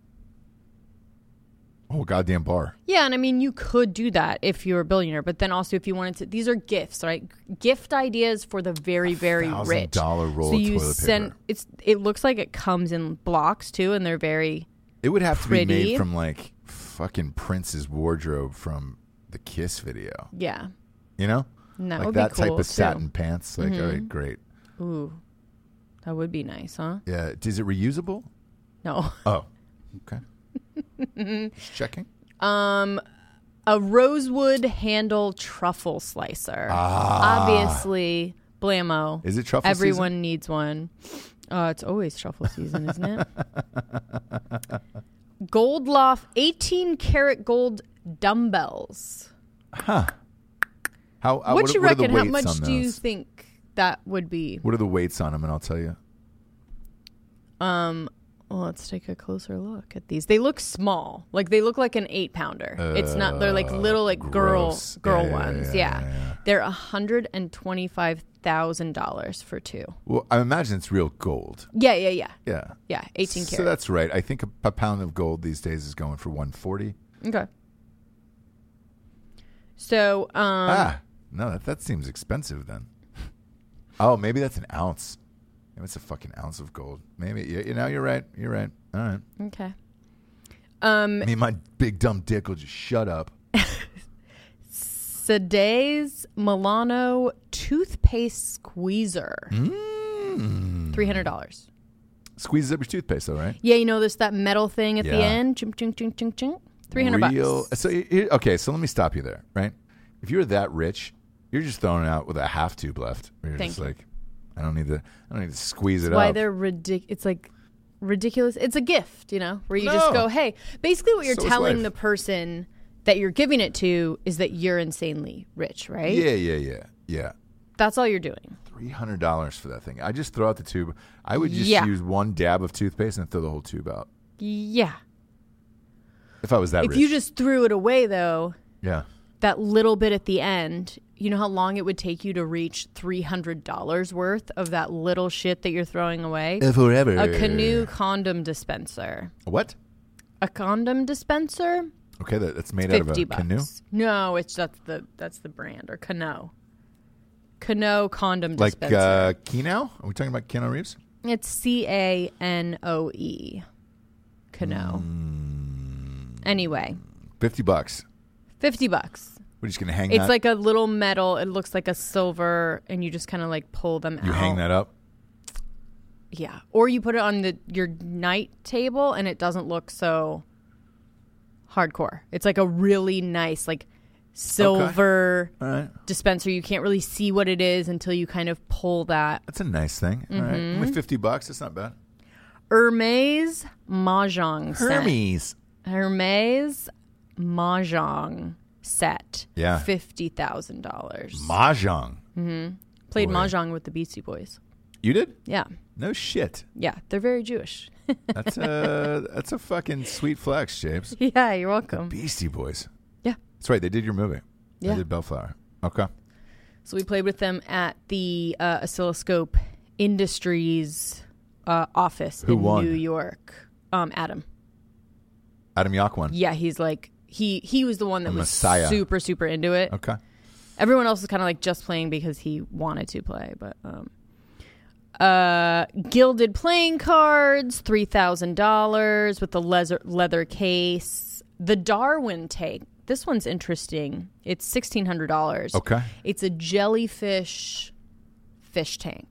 S1: Oh, goddamn bar.
S2: Yeah, and I mean, you could do that if you were a billionaire, but then also if you wanted to, these are gifts, right? Gift ideas for the very, very
S1: thousand
S2: rich.
S1: dollar roll
S2: so
S1: of
S2: you
S1: toilet
S2: send
S1: paper.
S2: it's. It looks like it comes in blocks too, and they're very.
S1: It would have to be made
S2: Pretty.
S1: from like fucking Prince's wardrobe from the Kiss video.
S2: Yeah,
S1: You know?
S2: And that
S1: like
S2: would be
S1: that type
S2: cool,
S1: of
S2: too. Mm-hmm.
S1: satin pants. Like, all right, great.
S2: ooh, that would be nice, huh?
S1: Yeah. Is it reusable?
S2: No,
S1: Oh. Okay. Just checking.
S2: Um, a rosewood handle truffle slicer. Obviously, blammo.
S1: Ah. Is it truffle season?
S2: Everyone needs one. Uh, it's always truffle season, isn't it? Goldloff 18 karat gold dumbbells.
S1: How, uh,
S2: what
S1: what,
S2: do you
S1: what
S2: reckon?
S1: Are the
S2: How
S1: weights
S2: much
S1: on
S2: do you
S1: those?
S2: think that would be?
S1: What are the weights on them? And I'll tell you.
S2: Um, Well, let's take a closer look at these. They look small. Like they look like an eight pounder. it's not. They're like little, like
S1: Uh, gross.
S2: girl, girl
S1: Yeah, yeah, yeah,
S2: ones. Yeah,
S1: yeah, yeah.
S2: they're a hundred and twenty-five thousand dollars for two.
S1: Well, I imagine it's real gold.
S2: Yeah, yeah, yeah,
S1: Yeah.
S2: yeah. Eighteen
S1: So
S2: karat.
S1: that's right. I think a, a pound of gold these days is going for 140.
S2: okay. So, um,
S1: ah, no, that, that seems expensive then. Oh, maybe that's an ounce. Maybe it's a fucking ounce of gold. Maybe you, you know you're right. You're right. All right.
S2: okay. Um,
S1: I mean, my big dumb dick will just shut up.
S2: Sede's Milano toothpaste squeezer.
S1: Mm-hmm.
S2: Three hundred dollars.
S1: Squeezes Mm. up your toothpaste, though, right?
S2: Yeah, you know this that metal thing at the
S1: Yeah.
S2: end. Ching, ching, ching, ching, ching. Three hundred
S1: Real-
S2: bucks.
S1: So you- you- okay, so let me stop you there, right? If you're that rich, you're just throwing out with a half tube left. You're
S2: Thank
S1: just
S2: you.
S1: like, I don't need to. I don't need to squeeze it
S2: Why
S1: up.
S2: they're ridic? It's like ridiculous. It's a gift, you know, where you
S1: No.
S2: just go, "Hey." Basically, what you're
S1: So is
S2: telling
S1: life.
S2: the person that you're giving it to is that you're insanely rich, right?
S1: yeah, yeah, yeah, yeah.
S2: That's all you're doing.
S1: Three hundred dollars for that thing. I just throw out the tube. I would just
S2: Yeah.
S1: use one dab of toothpaste and throw the whole tube out.
S2: Yeah.
S1: If I was that
S2: If
S1: rich,
S2: you just threw it away, though,
S1: yeah.
S2: that little bit at the end, you know how long it would take you to reach $300 worth of that little shit that you're throwing away?
S1: Forever.
S2: A canoe condom dispenser.
S1: What?
S2: A condom dispenser?
S1: Okay, that, that's made out of a
S2: 50 bucks.
S1: canoe.
S2: No, it's that's the that's the brand or Cano. Cano condom
S1: Like
S2: dispenser.
S1: uh, Keno? Are we talking about Keno Reeves?
S2: it's C A N O E. Cano.
S1: Hmm.
S2: Anyway,
S1: Fifty bucks.
S2: 50 bucks.
S1: We're just gonna hang.
S2: It's
S1: that.
S2: like a little metal. It looks like a silver, and you just kind of like pull them out.
S1: you hang that up.
S2: Yeah, or you put it on the your night table, and it doesn't look so hardcore. It's like a really nice, like silver
S1: All right,
S2: dispenser. You can't really see what it is until you kind of pull that.
S1: that's a nice thing. All right,
S2: Mm-hmm.
S1: only fifty bucks. That's not bad.
S2: Hermes mahjong set.
S1: Hermes.
S2: Hermes mahjong set.
S1: Yeah.
S2: Fifty thousand dollars.
S1: Mahjong.
S2: Played
S1: Mm, boy.
S2: mahjong with the Beastie Boys.
S1: You did?
S2: Yeah,
S1: No shit.
S2: yeah, they're very Jewish.
S1: That's a that's a fucking sweet flex, James.
S2: yeah, you're welcome.
S1: Beastie Boys.
S2: Yeah.
S1: That's right. They did your movie.
S2: Yeah.
S1: They did Bellflower. Okay.
S2: So we played with them at the uh, Oscilloscope Industries uh, office
S1: Who
S2: in
S1: won?
S2: New York. Um, Adam.
S1: Adam Yauch one.
S2: Yeah, he's like he he was the one that
S1: A
S2: was
S1: messiah.
S2: super super into it.
S1: Okay.
S2: Everyone else was kind of like just playing because he wanted to play, but um uh gilded playing cards, $3,000 with the leather leather case, the Darwin take. This one's interesting. It's $1,600.
S1: Okay.
S2: It's a jellyfish fish tank.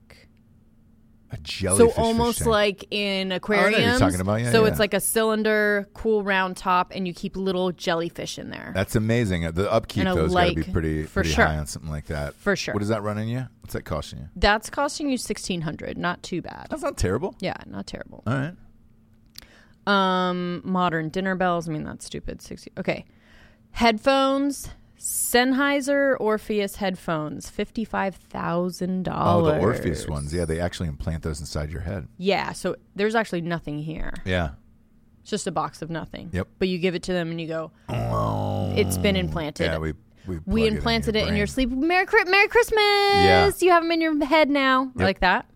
S1: A jellyfish.
S2: So almost
S1: fish tank. Oh,
S2: like in
S1: you're
S2: aquariums.
S1: talking about. Yeah,
S2: so
S1: yeah.
S2: it's like a cylinder, cool round top, and you keep little jellyfish in there.
S1: That's amazing. The upkeep
S2: And a
S1: though has got to be
S2: like,
S1: pretty
S2: for
S1: pretty
S2: sure.
S1: high on something like that.
S2: For sure.
S1: What is that running you? What's that costing you?
S2: That's costing you sixteen hundred. Not too bad.
S1: That's not terrible.
S2: Yeah, not terrible.
S1: All right.
S2: Um, modern dinner bells. I mean, that's stupid. Sixty. Okay, headphones. Sennheiser Orpheus headphones, fifty-five thousand
S1: Oh,
S2: dollars.
S1: the Orpheus ones. Yeah, they actually implant those inside your head.
S2: Yeah. So there's actually nothing here.
S1: Yeah.
S2: It's just a box of nothing.
S1: Yep. Mm,
S2: But you give it to them and you go, it's been implanted.
S1: Yeah, we we, plug
S2: We
S1: it
S2: implanted it in
S1: brain.
S2: your, sleep. Merry, Chri- Merry Christmas. You have them in your head now, like that.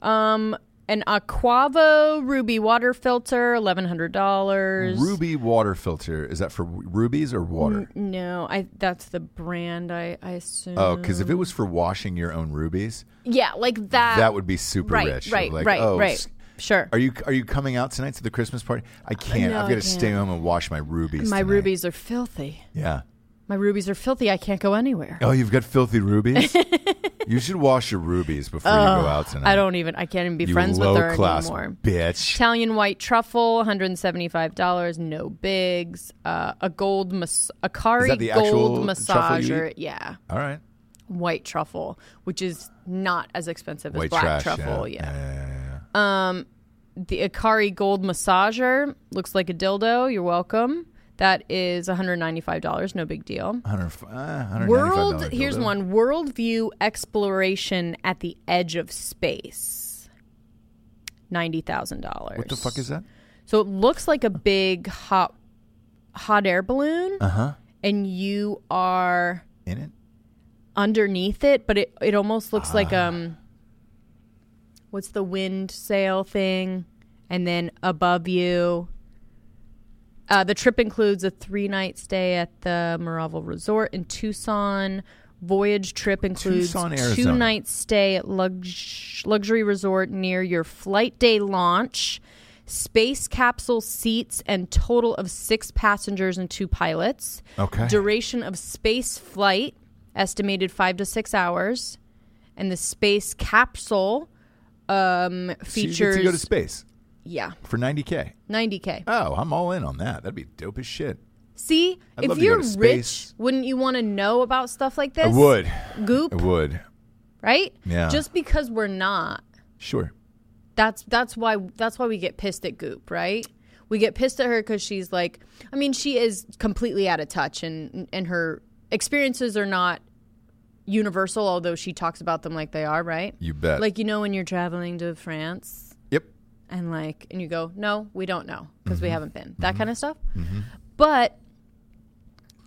S2: Um, an Aquavo Ruby water filter, eleven hundred dollars.
S1: Ruby water filter. Is that for rubies or
S2: Mm.
S1: water?
S2: No, I that's the brand. I I assume.
S1: Oh, because if it was for washing your own rubies,
S2: yeah, like that.
S1: that would be super
S2: Uh, right,
S1: rich.
S2: right,
S1: Like,
S2: right,
S1: oh,
S2: right.
S1: s-
S2: Sure.
S1: Are you are you coming out tonight to the Christmas party? I can't.
S2: no,
S1: I've
S2: I
S1: got to stay
S2: can't.
S1: home and wash my rubies.
S2: My
S1: tonight.
S2: rubies are filthy.
S1: Yeah.
S2: My rubies are filthy. I can't go anywhere.
S1: Oh, you've got filthy rubies. you should wash your rubies before you go out tonight.
S2: Oh, I don't even. I can't even be
S1: You
S2: friends
S1: low
S2: with her
S1: class
S2: anymore.
S1: bitch.
S2: Italian white truffle, $175, no bigs. Uh, a gold mas- a Kari
S1: Is that the
S2: gold
S1: actual truffle you
S2: massager, yeah,
S1: All right.
S2: white truffle, which is not as expensive as
S1: White
S2: black
S1: trash.
S2: truffle,
S1: yeah.
S2: yeah.
S1: yeah, yeah, yeah.
S2: The Akari gold massager looks like a dildo, you're welcome. That is $195, no big deal.
S1: 100, uh, 195
S2: World
S1: dollar
S2: here's
S1: dildo.
S2: one worldview exploration at the edge of space. $90,000.
S1: What the fuck is that?
S2: So it looks like a big hot hot air balloon,
S1: Uh huh.
S2: and you are
S1: In it.
S2: underneath it, but it it almost looks like
S1: Ah.
S2: um, what's the wind sail thing, and then above you. Uh, the trip includes a three night stay at the Maraval Resort in Tucson. Voyage trip includes
S1: Tucson,
S2: two
S1: Arizona.
S2: night stay at lux- luxury resort near your flight day launch, space capsule seats, and total of six passengers and two pilots.
S1: Okay.
S2: Duration of space flight estimated five to six hours, and the space capsule um,
S1: So you get
S2: features
S1: to go to space
S2: yeah
S1: for 90k.
S2: 90k.
S1: Oh, I'm all in on that. That'd be dope as shit.
S2: See,
S1: I'd love to
S2: if
S1: go
S2: you're
S1: to
S2: rich,
S1: space.
S2: wouldn't you want to know about stuff like this?
S1: I would. I
S2: Goop,
S1: would.
S2: right?
S1: Yeah.
S2: Just because we're not,
S1: Sure.
S2: that's that's why that's why we get pissed at Goop, right? We get pissed at her because she's like, I mean, she is completely out of touch, and and her experiences are not universal, although she talks about them like they are, right?
S1: You bet.
S2: Like you know when you're traveling to France
S1: Yep.
S2: and like and you go no we don't know because
S1: Mm-hmm.
S2: we haven't been that kind of stuff but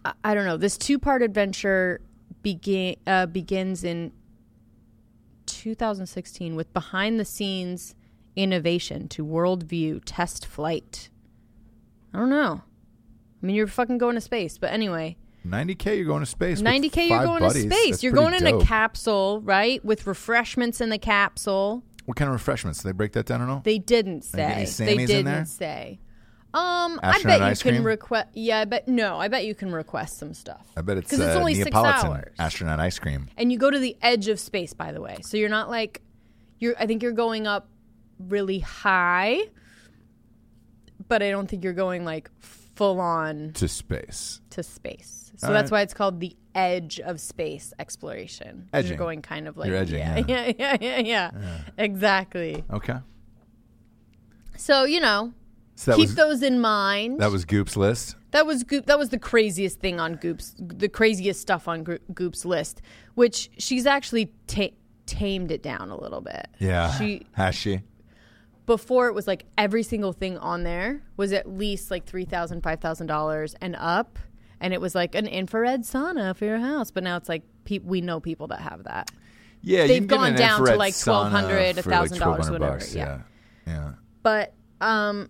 S2: I, I don't know this two-part adventure begin uh, begins in 2016 with behind the scenes innovation to worldview test flight i don't know i mean you're fucking going to space but anyway
S1: 90k. You're going to space. with
S2: 90k you're
S1: five
S2: going
S1: buddies.
S2: to space
S1: That's
S2: you're
S1: pretty
S2: going in
S1: dope.
S2: a capsule right with refreshments in the capsule
S1: What kind of refreshments? Did they break that down at all?
S2: They didn't
S1: Like any
S2: say.
S1: Sammys
S2: They
S1: in
S2: didn't
S1: there?
S2: say. Um, I
S1: Astronaut
S2: bet you
S1: ice
S2: can
S1: cream?
S2: request. Yeah, I bet no. I bet you can request some stuff.
S1: I bet it's
S2: 'Cause it's
S1: uh,
S2: only six
S1: Neapolitan
S2: hours.
S1: astronaut ice cream.
S2: And you go to the edge of space, by the way. So you're not like, you're. I think you're going up really high, but I don't think you're going like full on
S1: to space.
S2: to space. So
S1: All
S2: that's
S1: right.
S2: why it's called the edge of space exploration. 'Cause
S1: Edging.
S2: You're going kind of like
S1: You're edging,
S2: yeah, yeah, yeah, yeah, yeah, exactly.
S1: Okay.
S2: So you know,
S1: So that
S2: keep
S1: was
S2: those in mind.
S1: that was Goop's list.
S2: That was Goop. That was the craziest thing on Goop's, the craziest stuff on Gro- Goop's list, which she's actually ta- tamed it down a little bit.
S1: Yeah.
S2: She
S1: Has she?
S2: before it was like every single thing on there was at least like three thousand, five thousand dollars and up, and it was like an infrared sauna for your house. But now it's like peop we know people that have that.
S1: Yeah, you
S2: They've
S1: can get
S2: gone
S1: an
S2: down to,
S1: infrared
S2: like,
S1: sauna
S2: 1,200,
S1: for, like,
S2: 1,000 dollars,
S1: 1,200
S2: whatever,
S1: bucks,
S2: yeah.
S1: yeah.
S2: But um,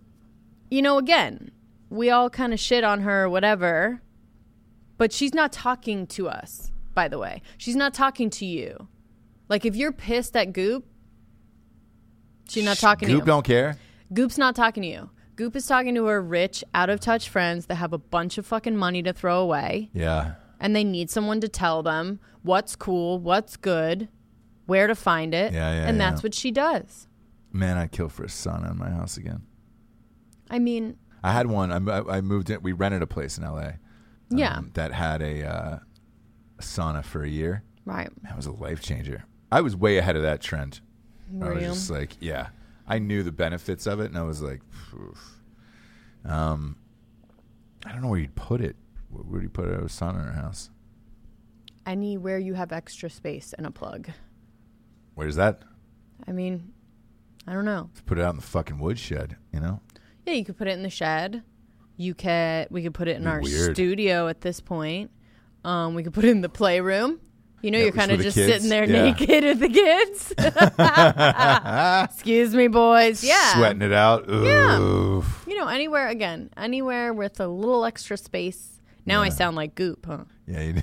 S2: you know, again, we all kind of shit on her, or whatever. But she's not talking to us, by the way. She's not talking to you. Like if you're pissed at Goop, she's not talking
S1: Goop
S2: to you.
S1: don't care.
S2: Goop's not talking to you. Goop is talking to her rich, out of touch friends that have a bunch of fucking money to throw away
S1: Yeah.
S2: and they need someone to tell them what's cool, what's good, where to find it.
S1: Yeah, yeah,
S2: and
S1: yeah.
S2: that's what she does.
S1: Man, I'd kill for a sauna in my house again.
S2: I mean,
S1: I had one. I, I I moved in. We rented a place in LA. um,
S2: yeah,
S1: That had a uh, sauna for a year.
S2: right.
S1: That was a life changer. I was way ahead of that trend. I was
S2: Real.
S1: just like, yeah. I knew the benefits of it, and I was like, Oof. um, I don't know where you'd put it. Where where do you put it? A sauna in our house.
S2: Anywhere you have extra space and a plug.
S1: Where's that?
S2: I mean, I don't know.
S1: Put it out in the fucking woodshed. You know.
S2: Yeah, you could put it in the shed. You could we could put it in
S1: Be
S2: our
S1: weird.
S2: studio at this point. Um, we could put it in the playroom. You know,
S1: Yeah,
S2: you're
S1: just
S2: kind of
S1: with the
S2: just
S1: kids.
S2: sitting there
S1: Yeah.
S2: naked with the kids. Excuse me, boys. Yeah.
S1: Sweating it out.
S2: Yeah.
S1: Oof.
S2: You know, anywhere again, anywhere with a little extra space. Now I sound like goop, huh?
S1: Yeah. You do.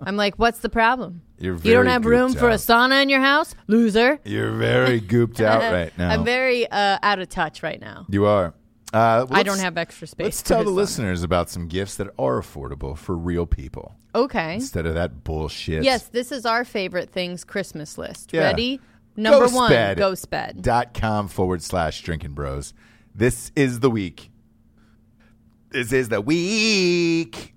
S2: I'm like, what's the problem?
S1: You're
S2: you don't
S1: very
S2: have room
S1: gooped
S2: for a
S1: out.
S2: sauna in your house, loser.
S1: You're very gooped out right now.
S2: I'm very uh, out of touch right now.
S1: you are. Uh,
S2: I
S1: let's-
S2: don't have extra space.
S1: Let's
S2: for
S1: tell
S2: a
S1: the
S2: sauna.
S1: listeners about some gifts that are affordable for real people
S2: Okay.
S1: instead of that bullshit.
S2: Yes, this is our favorite things Christmas list.
S1: Yeah.
S2: Ready? Number
S1: Ghost
S2: one,
S1: bed.
S2: ghost bed.
S1: Dot com forward slash drinking bros. This is the week. This is the week.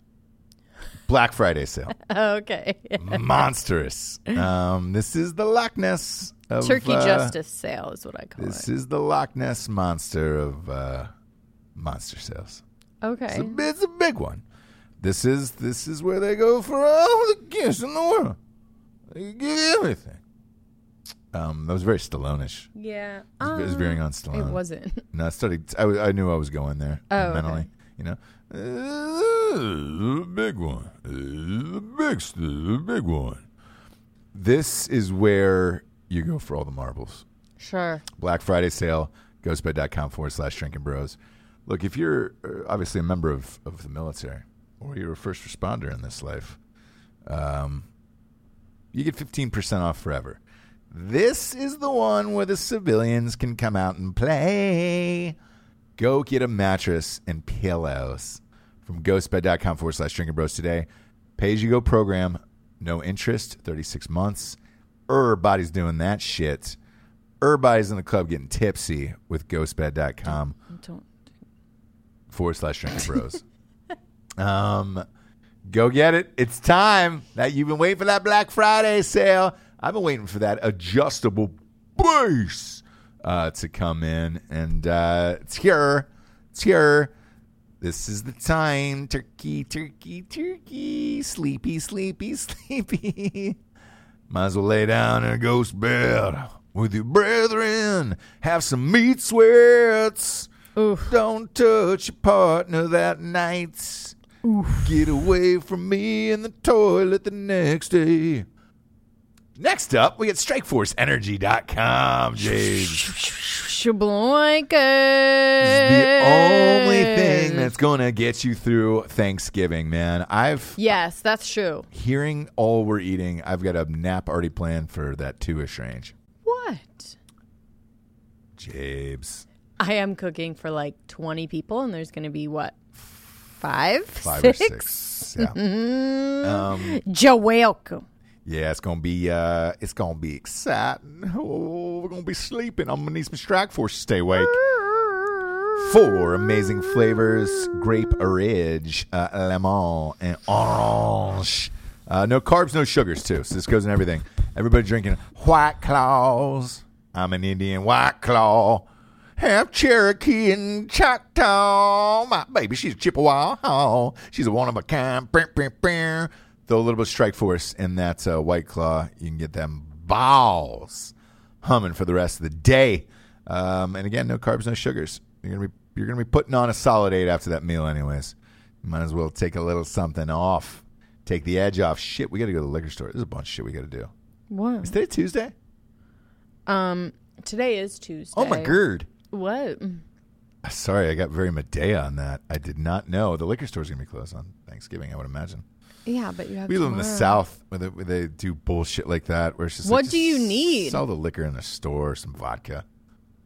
S1: Black Friday sale.
S2: okay.
S1: Monstrous. Um, this is the Loch Ness of
S2: Turkey
S1: uh,
S2: Justice sale is what I call
S1: This
S2: it.
S1: is the Loch Ness monster of uh, monster sales. It's
S2: Okay.
S1: a, it's a big one. This is this is where they go for all the gifts in the world. They give you everything. Um, that was very Stallone-ish. It
S2: Yeah.
S1: was, it was
S2: Uh,
S1: veering on Stallone.
S2: it wasn't.
S1: No, I started. I, w- I knew I was going there
S2: Oh,
S1: mentally.
S2: okay.
S1: You know, the big one, the big, the big one. This is where you go for all the marbles.
S2: Sure.
S1: Black Friday sale, ghostbed.com forward slash drinking bros. Look, if you're uh, obviously a member of, of the military or you're a first responder in this life, um, you get 15% off forever. This is the one where the civilians can come out and play. Go get a mattress and pillows from ghostbed.com forward slash drinking bros today. Pay as you go program, no interest, 36 months. Everybody's doing that shit. Everybody's in the club getting tipsy with ghostbed.com
S2: Don't.
S1: forward slash drinking bros. um, go get it. It's time that you've been waiting for that Black Friday sale. I've been waiting for that adjustable base uh, to come in, and uh, it's here. It's here. This is the time. Turkey, turkey, turkey. Sleepy, sleepy, sleepy. Might as well lay down in a ghost bed with your brethren. Have some meat sweats. Don't touch your partner that night. Get away from me in the toilet the next day. Next up, we get StrikeForceEnergy.com, James. the only thing that's going to get you through Thanksgiving, man. I've
S2: Yes, that's true.
S1: hearing all we're eating. I've got a nap already planned for that two-ish range.
S2: What?
S1: James.
S2: I am cooking for like 20 people, and there's going to be what? Five?
S1: Five
S2: six? Mm-hmm.
S1: or six. Yeah. um,
S2: You're welcome.
S1: Yeah, it's gonna be uh, it's gonna be exciting. Oh, we're gonna be sleeping. I'm gonna need some strike force to stay awake. Four amazing flavors: grape, orange, uh, lemon, and orange. Uh, no carbs, no sugars too. So this goes in everything. Everybody drinking white claws. I'm an Indian white claw. half Cherokee and Choctaw. My baby, she's Chippewa. Oh, she's a one of a kind. Brr, brr, brr. Throw a little bit of strike force, and that's a uh, White Claw. You can get them balls humming for the rest of the day. Um, and again, no carbs, no sugars. You're gonna be you're gonna be putting on a solid eight after that meal, anyways. Might as well take a little something off, take the edge off. Shit, we got to go to the liquor store. There's a bunch of shit we got to do.
S2: What?
S1: Is today Tuesday?
S2: Um, today is Tuesday.
S1: Oh my god.
S2: What?
S1: Sorry, I got very Medea on that. I did not know the liquor store's gonna be closed on Thanksgiving. I would imagine.
S2: Yeah, but you have.
S1: We live in the
S2: tomorrow.
S1: South where they, where they do bullshit like that. Where it's just like,
S2: What
S1: just
S2: do you need?
S1: Sell the liquor in the store, some vodka.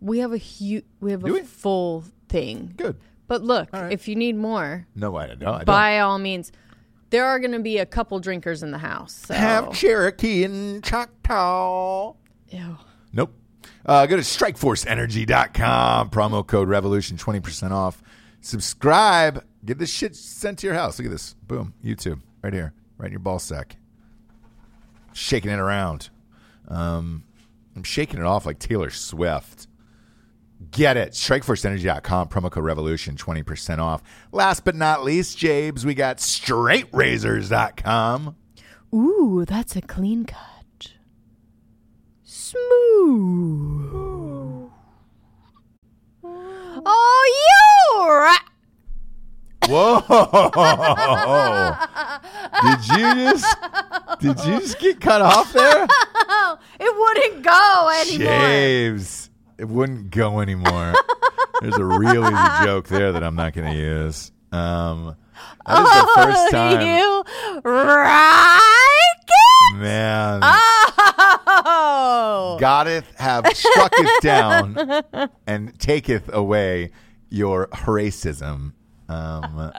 S2: We have a huge. We have
S1: Do
S2: a
S1: we?
S2: full thing.
S1: Good.
S2: But look,
S1: All right.
S2: if you need more,
S1: No, I don't. I don't.
S2: by all means, there are going to be a couple drinkers in the house. So.
S1: Have Cherokee and Choctaw.
S2: Ew.
S1: Nope. Uh, go to strikeforceenergy.com. Promo code revolution, 20% off. Subscribe. Get this shit sent to your house. Look at this. Boom. YouTube. Right here. Right in your ball sack. Shaking it around. Um, I'm shaking it off like Taylor Swift. Get it. Strikeforceenergy.com. Promo code revolution, 20% off. Last but not least, Jabes, we got straightrazors.com.
S2: Ooh, that's a clean cut. Smooth. Oh, you're
S1: Whoa! did you just did you just get cut off there?
S2: It wouldn't go anymore.
S1: James, it wouldn't go anymore. There's a real easy joke there that I'm not going to use. Um, that is the first time,
S2: You right?
S1: man.
S2: Oh.
S1: Goddeth have struck it down and taketh away your racism. Um,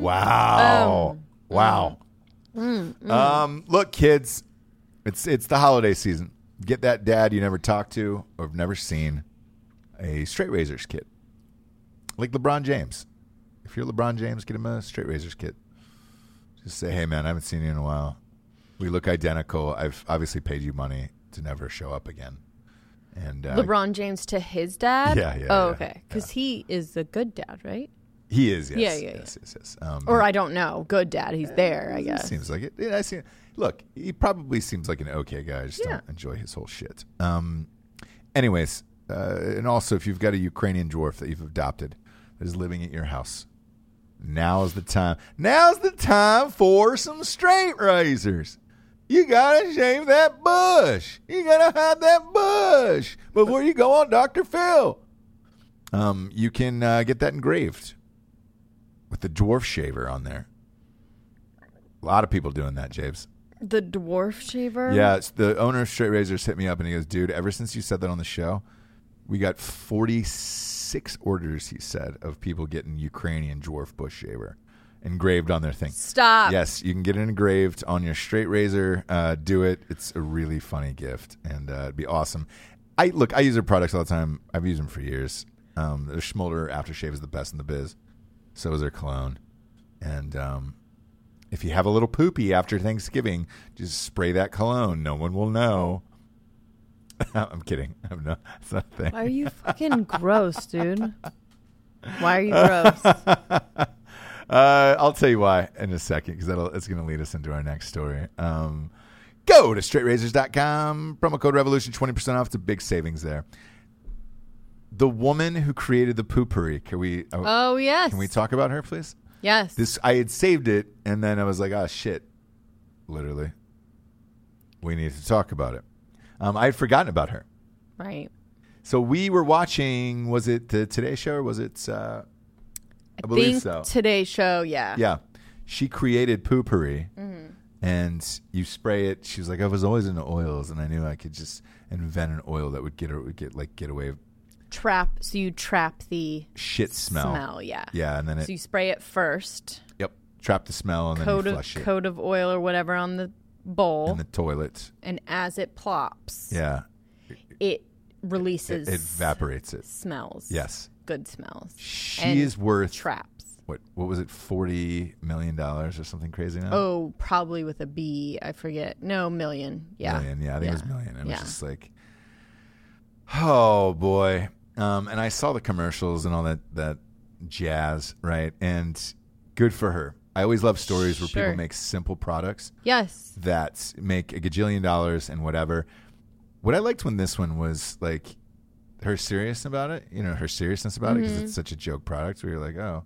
S1: wow. wow. Um, look, kids, it's it's the holiday season. Get that dad you never talked to or have never seen a straight razors kit. Like LeBron James. If you're LeBron James, get him a straight razors kit. Just say, hey man, I haven't seen you in a while. We look identical. I've obviously paid you money to never show up again. And uh,
S2: LeBron James to his dad?
S1: Yeah, yeah,
S2: Oh,
S1: yeah,
S2: okay. Because he is the good dad, right?
S1: he is, yes,
S2: Yeah, yeah,
S1: yes, yes, yes. Um,
S2: Or I don't know. Good dad. He's there, I guess.
S1: Seems like it. Yeah, I see. Look, he probably seems like an okay guy. I just
S2: Yeah.
S1: don't enjoy his whole shit. Um, anyways, uh, and also if you've got a Ukrainian dwarf that you've adopted that is living at your house, now's the time. Now's the time for some straight razors. You gotta shave that bush. You gotta hide that bush before you go on Dr. Phil. Um, you can uh, get that engraved with the dwarf shaver on there. A lot of people doing that, James.
S2: The dwarf shaver?
S1: Yeah, it's the owner of Straight Razors hit me up and he goes, "Dude, ever since you said that on the show, we got 46 orders." He said of people getting Ukrainian dwarf bush shaver engraved on their thing.
S2: Stop.
S1: Yes, you can get it engraved on your straight razor. Uh, do it. It's a really funny gift, and uh, it'd be awesome. I look. I use their products all the time. I've used them for years. Um, their Schmolder aftershave is the best in the biz. So is their cologne. And um, if you have a little poopy after Thanksgiving, just spray that cologne. No one will know. I'm kidding. I'm not. It's not a thing.
S2: Why are you fucking gross, dude? Why are you gross?
S1: Uh, I'll tell you why in a second because that'll it's going to lead us into our next story. Um, go to straightrazors.com, promo code revolution, 20% off. It's a big savings there. The woman who created the poopery, can we uh,
S2: Oh yes.
S1: can we talk about her, please?
S2: Yes.
S1: This I had saved it and then I was like, oh shit, literally, we need to talk about it. Um, I had forgotten about her.
S2: right.
S1: So we were watching. Was it the Today Show or was it? Uh, I believe
S2: Think
S1: so.
S2: Today show, yeah.
S1: Yeah. She created poopery
S2: Mm-hmm.
S1: and you spray it. She was like, I was always into oils and I knew I could just invent an oil that would get her would get like get away with
S2: Trap so you trap the
S1: shit smell.
S2: smell, yeah.
S1: Yeah, and then it
S2: So you spray it first.
S1: yep. Trap the smell and then you
S2: Coat of
S1: flush it
S2: coat of oil or whatever on the
S1: in
S2: bowl
S1: the toilet.
S2: and as it plops,
S1: Yeah.
S2: it
S1: It,
S2: releases
S1: it evaporates it.
S2: smells.
S1: Yes.
S2: Good smells.
S1: She
S2: And
S1: is worth
S2: Traps.
S1: what what was it, forty million dollars or something crazy now?
S2: Oh, probably with a B, I forget. No, million. Yeah.
S1: Million. Yeah, I think it was
S2: Yeah.
S1: million. It was
S2: Yeah.
S1: just like, oh boy. Um, and I saw the commercials and all that that jazz, right? And good for her. I always love stories where
S2: Sure.
S1: people make simple products
S2: Yes.
S1: that make a gajillion dollars and whatever. What I liked when this one was like her seriousness about it, you know, her seriousness about it
S2: Mm-hmm.
S1: because it's such a joke product where you're like, oh,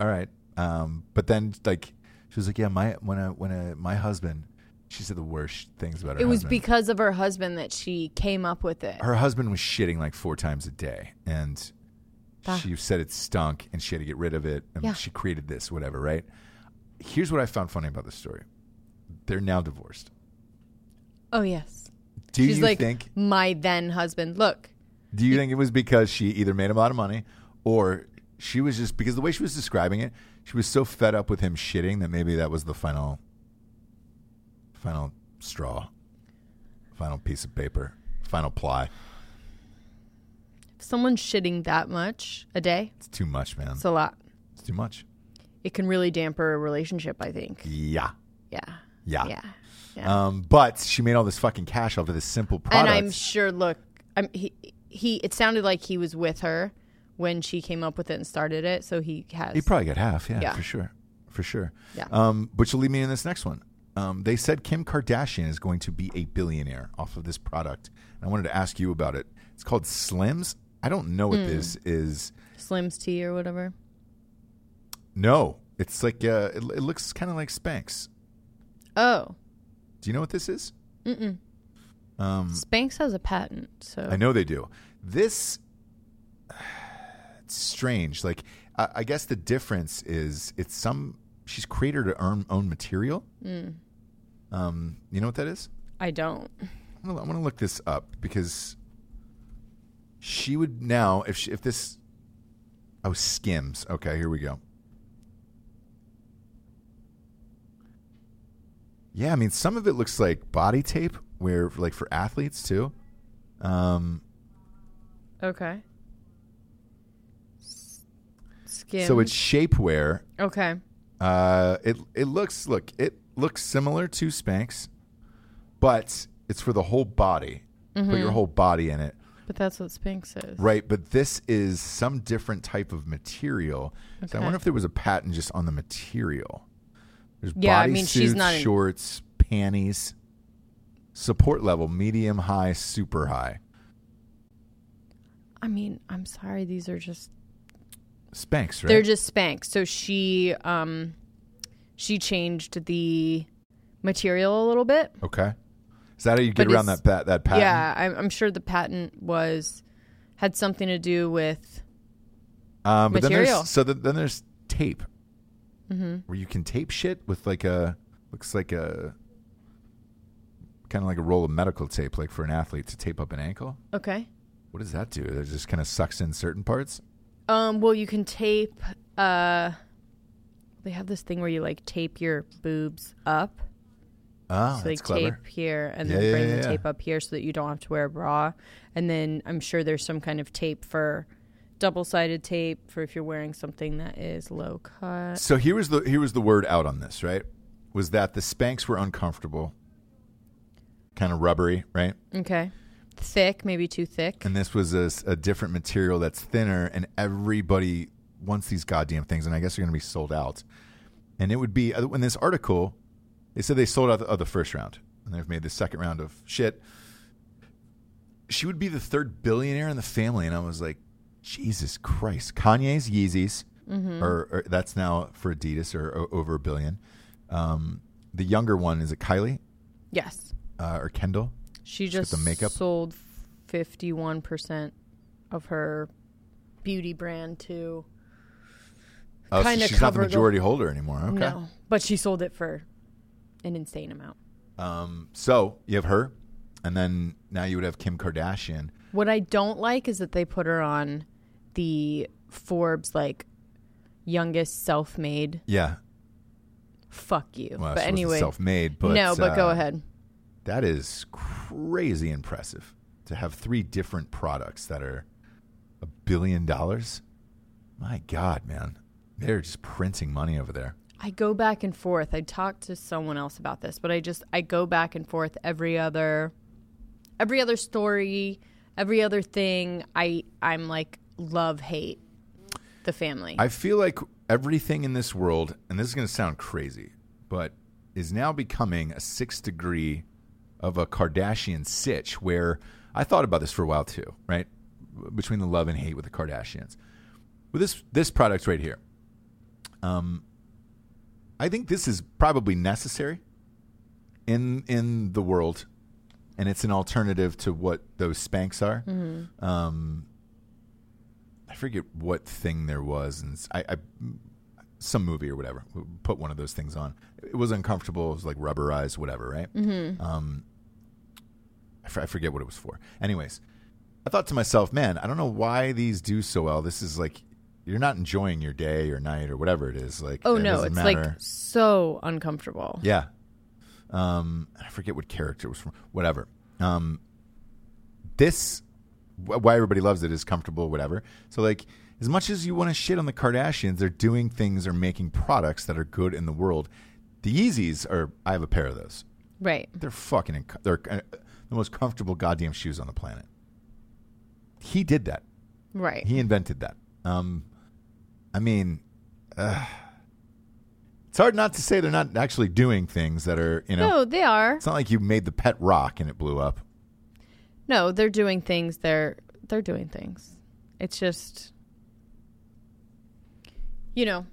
S1: all right. Um, but then like she was like, yeah, my when I when I, my husband, she said the worst things about her.
S2: It was
S1: husband.
S2: because of her husband that she came up with it.
S1: her husband was shitting like four times a day, and
S2: Ah.
S1: she said it stunk, and she had to get rid of it, and
S2: Yeah.
S1: she created this, whatever. Right? Here's what I found funny about this story: they're now divorced.
S2: Oh yes.
S1: Do
S2: She's
S1: you
S2: like
S1: think?
S2: my then husband. Look,
S1: Do you think it was because she either made him a lot of money, or she was just because the way she was describing it, she was so fed up with him shitting that maybe that was the final, final straw, final piece of paper, final ply.
S2: if someone's shitting that much a day,
S1: It's too much, man.
S2: it's a lot.
S1: it's too much.
S2: It can really damper a relationship, I think.
S1: Yeah,
S2: Yeah.
S1: yeah.
S2: Yeah. Yeah.
S1: Um, but she made all this fucking cash off of this simple
S2: and
S1: product.
S2: I'm sure look, I'm he he it sounded like he was with her when she came up with it and started it, so he has
S1: He probably got half, yeah,
S2: Yeah.
S1: for sure, for sure.
S2: Yeah.
S1: Um, which will lead me in this next one. Um, they said Kim Kardashian is going to be a billionaire off of this product, and I wanted to ask you about it. It's called Slims. I don't know what this is.
S2: Slim's tea or whatever.
S1: No, it's like uh, it, it looks kind of like Spanx.
S2: Oh.
S1: Do you know what this is?
S2: Mm-mm.
S1: Um,
S2: Spanx has a patent, so
S1: Mm. I know they do. This it's strange. Like I, I guess the difference is it's some she's created her own, own material. Um, you know what that is?
S2: mm, I don't.
S1: I'm gonna, I'm gonna look this up because she would now if she, if this oh skims okay here we go yeah I mean some of it looks like body tape where like for athletes too um,
S2: Okay. Skin.
S1: So it's shapewear.
S2: okay.
S1: Uh, it it looks look it looks similar to Spanx, but it's for the whole body. Put your whole body in it,
S2: But that's what Sphinx is.
S1: right? But this is some different type of material. So I
S2: Okay.
S1: wonder if there was a patent just on the material. There's
S2: Yeah, I
S1: body
S2: mean, she's
S1: suits,
S2: not in-
S1: shorts, panties, support level medium, high, super high.
S2: I mean, I'm sorry, these are just
S1: Spanx, right?
S2: they're just Spanx. So she um she changed the material a little bit.
S1: okay. Is that how you get
S2: But
S1: around
S2: it's-
S1: that pa- that patent?
S2: Yeah, I'm, I'm sure the patent was had something to do with
S1: Um, but Then
S2: material.
S1: there's, so th- then there's tape,
S2: mm-hmm.
S1: where you can tape shit with like a looks like a kind of like a roll of medical tape, like for an athlete to tape up an ankle.
S2: okay.
S1: What does that do? It just kind of sucks in certain parts.
S2: Um, well, you can tape. Uh, they have this thing where you like tape your boobs up.
S1: Oh,
S2: so
S1: that's
S2: like
S1: clever.
S2: tape here and
S1: Yeah,
S2: then
S1: yeah,
S2: bring
S1: yeah,
S2: the
S1: yeah.
S2: tape up here so that you don't have to wear a bra. And then I'm sure there's some kind of tape for double sided tape for if you're wearing something that is low cut.
S1: So here was the here was the word out on this, right? Was that the Spanx were uncomfortable, kind of rubbery, right?
S2: Okay. Thick, maybe too thick.
S1: And this was a, s- a different material that's thinner, and everybody wants these goddamn things, and I guess they're going to be sold out. And it would be uh, in this article, they said they sold out the, of the first round, and they've made the second round of shit. She would be the third billionaire in the family, and I was like, Jesus Christ! Kanye's Yeezys,
S2: Mm-hmm.
S1: or, or that's now for Adidas, or, o- over a billion. Um, the younger one is it Kylie
S2: Yes.
S1: uh, or Kendall?
S2: She
S1: got
S2: just
S1: the makeup.
S2: sold 51% of her beauty brand to.
S1: Oh, so
S2: Kinda
S1: she's not the
S2: covered the-
S1: majority holder anymore. Okay.
S2: No. But she sold it for an insane amount.
S1: Um, so you have her, and then now you would have Kim Kardashian.
S2: What I don't like is that they put her on the Forbes like youngest self-made.
S1: Yeah,
S2: Fuck you.
S1: well,
S2: but
S1: she
S2: anyway,
S1: was self-made, but
S2: no. But go
S1: uh,
S2: ahead.
S1: That is crazy impressive to have three different products that are a billion dollars. My God, man, they're just printing money over there.
S2: I go back and forth. I talked to someone else about this, but I just I go back and forth every other every other story, Every other thing, I I'm like love hate the family.
S1: I feel like everything in this world, and this is going to sound crazy, but is now becoming a sixth degree of a Kardashian sitch where I thought about this for a while too, right? Between the love and hate with the Kardashians. With this this product right here. Um I think this is probably necessary in in the world and it's an alternative to what those spanks are.
S2: Mm-hmm.
S1: Um I forget what thing there was, and s- I, I- some movie or whatever we put one of those things on. It was uncomfortable. It was like rubberized, whatever, right?
S2: Mm-hmm.
S1: Um, I f- I forget what it was for. Anyways, I thought to myself, man, I don't know why these do so well. This is like you're not enjoying your day or night or whatever it is. Like,
S2: oh
S1: it
S2: no,
S1: doesn't
S2: it's
S1: matter.
S2: like so uncomfortable.
S1: Yeah. Um, I forget what character it was from. Whatever. Um, this, wh- why everybody loves it is comfortable, whatever. So, like, as much as you want to shit on the Kardashians, they're doing things or making products that are good in the world. The Yeezys are, I have a pair of those.
S2: Right.
S1: They're fucking, inc- they're uh, the most comfortable goddamn shoes on the planet. He did that.
S2: Right.
S1: He invented that. Um, I mean, uh, it's hard not to say they're not actually doing things that are, you know,
S2: No, they are.
S1: it's not like you made the pet rock and it blew up.
S2: No, they're doing things. They're they're doing things. It's just you know,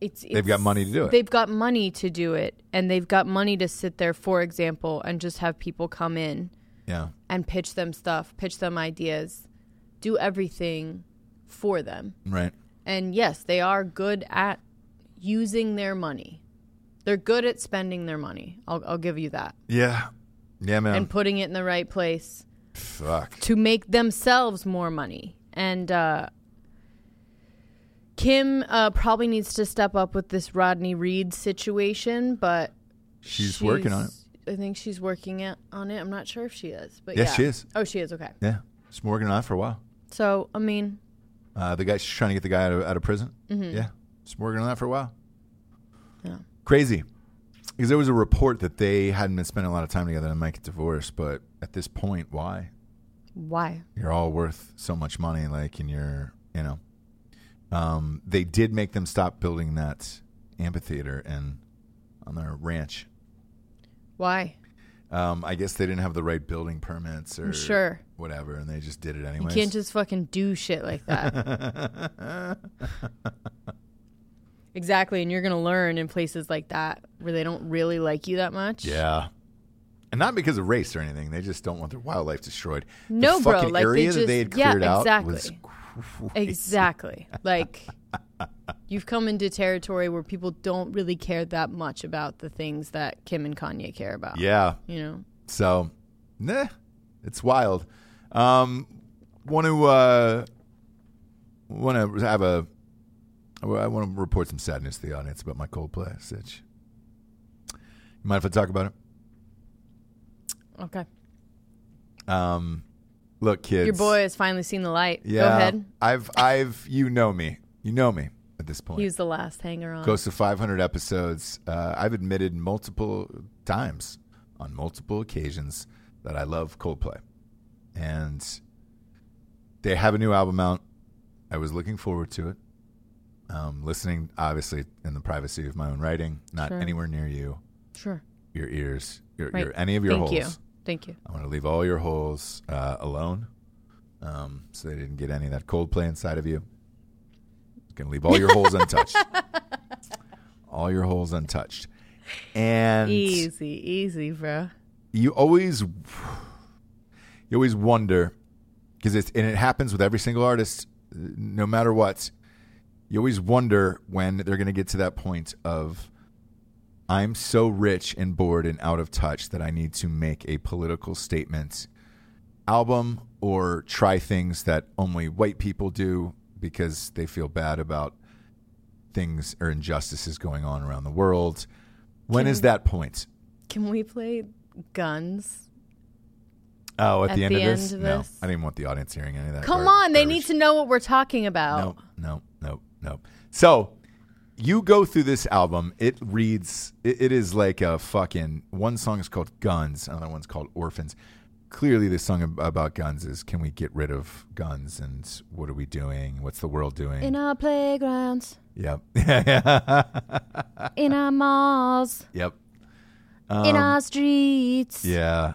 S2: it's, it's
S1: got money to do it.
S2: They've got money to do it and they've got money to sit there for example and just have people come in
S1: Yeah.
S2: and pitch them stuff, pitch them ideas, do everything for them.
S1: Right.
S2: And yes, they are good at using their money. They're good at spending their money. I'll, I'll give you that.
S1: Yeah. Yeah, man.
S2: And putting it in the right place
S1: Fuck.
S2: to make themselves more money. And uh, Kim uh, probably needs to step up with this Rodney Reed situation, but
S1: She's, working on it.
S2: she's- I think she's working it, on it. I'm not sure if she is, but
S1: Yes,
S2: yeah.
S1: she is.
S2: Oh, she is. Okay.
S1: Yeah. She's been working on it for a while.
S2: So I mean,
S1: Uh, the guy, she's trying to get the guy out of, out of prison.
S2: Mm-hmm.
S1: Yeah. She's been working on that for a while.
S2: Yeah.
S1: Crazy. Because there was a report that they hadn't been spending a lot of time together and might get divorced, but at this point, why?
S2: why?
S1: you're all worth so much money like and you're you know um, they did make them stop building that amphitheater and on their ranch
S2: Why?
S1: um, i guess they didn't have the right building permits or
S2: sure.
S1: whatever and they just did it
S2: You
S1: anyways
S2: can't just fucking do shit like that. exactly, and you're gonna learn in places like that where they don't really like you that much.
S1: yeah and not because of race or anything they just don't want their wildlife destroyed
S2: No,
S1: the
S2: bro,
S1: fucking
S2: like, they
S1: area that they had
S2: just- yeah,
S1: cleared out was
S2: exactly.
S1: crazy.
S2: Exactly. like you've come into territory where people don't really care that much about the things that Kim and Kanye care about.
S1: yeah
S2: You know.
S1: So, nah, it's wild. Um, want to uh, want to have a. I want to report some sadness to the audience about my Coldplay sitch. You mind if I talk about it?
S2: Okay.
S1: Um, look, kids.
S2: Your boy has finally seen the light.
S1: Yeah,
S2: Go ahead.
S1: I've, I've, you know me. You know me at this point.
S2: He was the last hanger on.
S1: Close to 500 episodes. Uh, I've admitted multiple times on multiple occasions that I love Coldplay. And they have a new album out. I was looking forward to it. Um, listening, obviously, in the privacy of my own writing, not
S2: Sure.
S1: anywhere near you,
S2: Sure.
S1: your ears, your,
S2: Right.
S1: your any of your
S2: Thank
S1: holes.
S2: you. Thank you.
S1: I want to leave all your holes uh, alone, um, so they didn't get any of that cold play inside of you. Gonna leave all your holes untouched. All your holes untouched, and
S2: Easy, easy, bro.
S1: you always you always wonder because it's and it happens with every single artist no matter what you always wonder when they're going to get to that point of i'm so rich and bored and out of touch that i need to make a political statement album or try things that only white people do because they feel bad about things or injustices going on around the world When is that point
S2: Can we play guns?
S1: Oh, at,
S2: At
S1: the end
S2: the
S1: of this?
S2: end of
S1: no,
S2: this?
S1: I didn't want the audience hearing any of that.
S2: Come
S1: gar-
S2: on, they need
S1: garbage.
S2: to know what we're talking about.
S1: No, no, no, no. So you go through this album. It reads. It, it is like a fucking. One song is called Guns. Another one's called Orphans. clearly this song ab- about guns is can we get rid of guns and what are we doing? What's the world doing?
S2: In our playgrounds,
S1: yep. yep.
S2: in our malls, in our streets.
S1: Um, Yeah.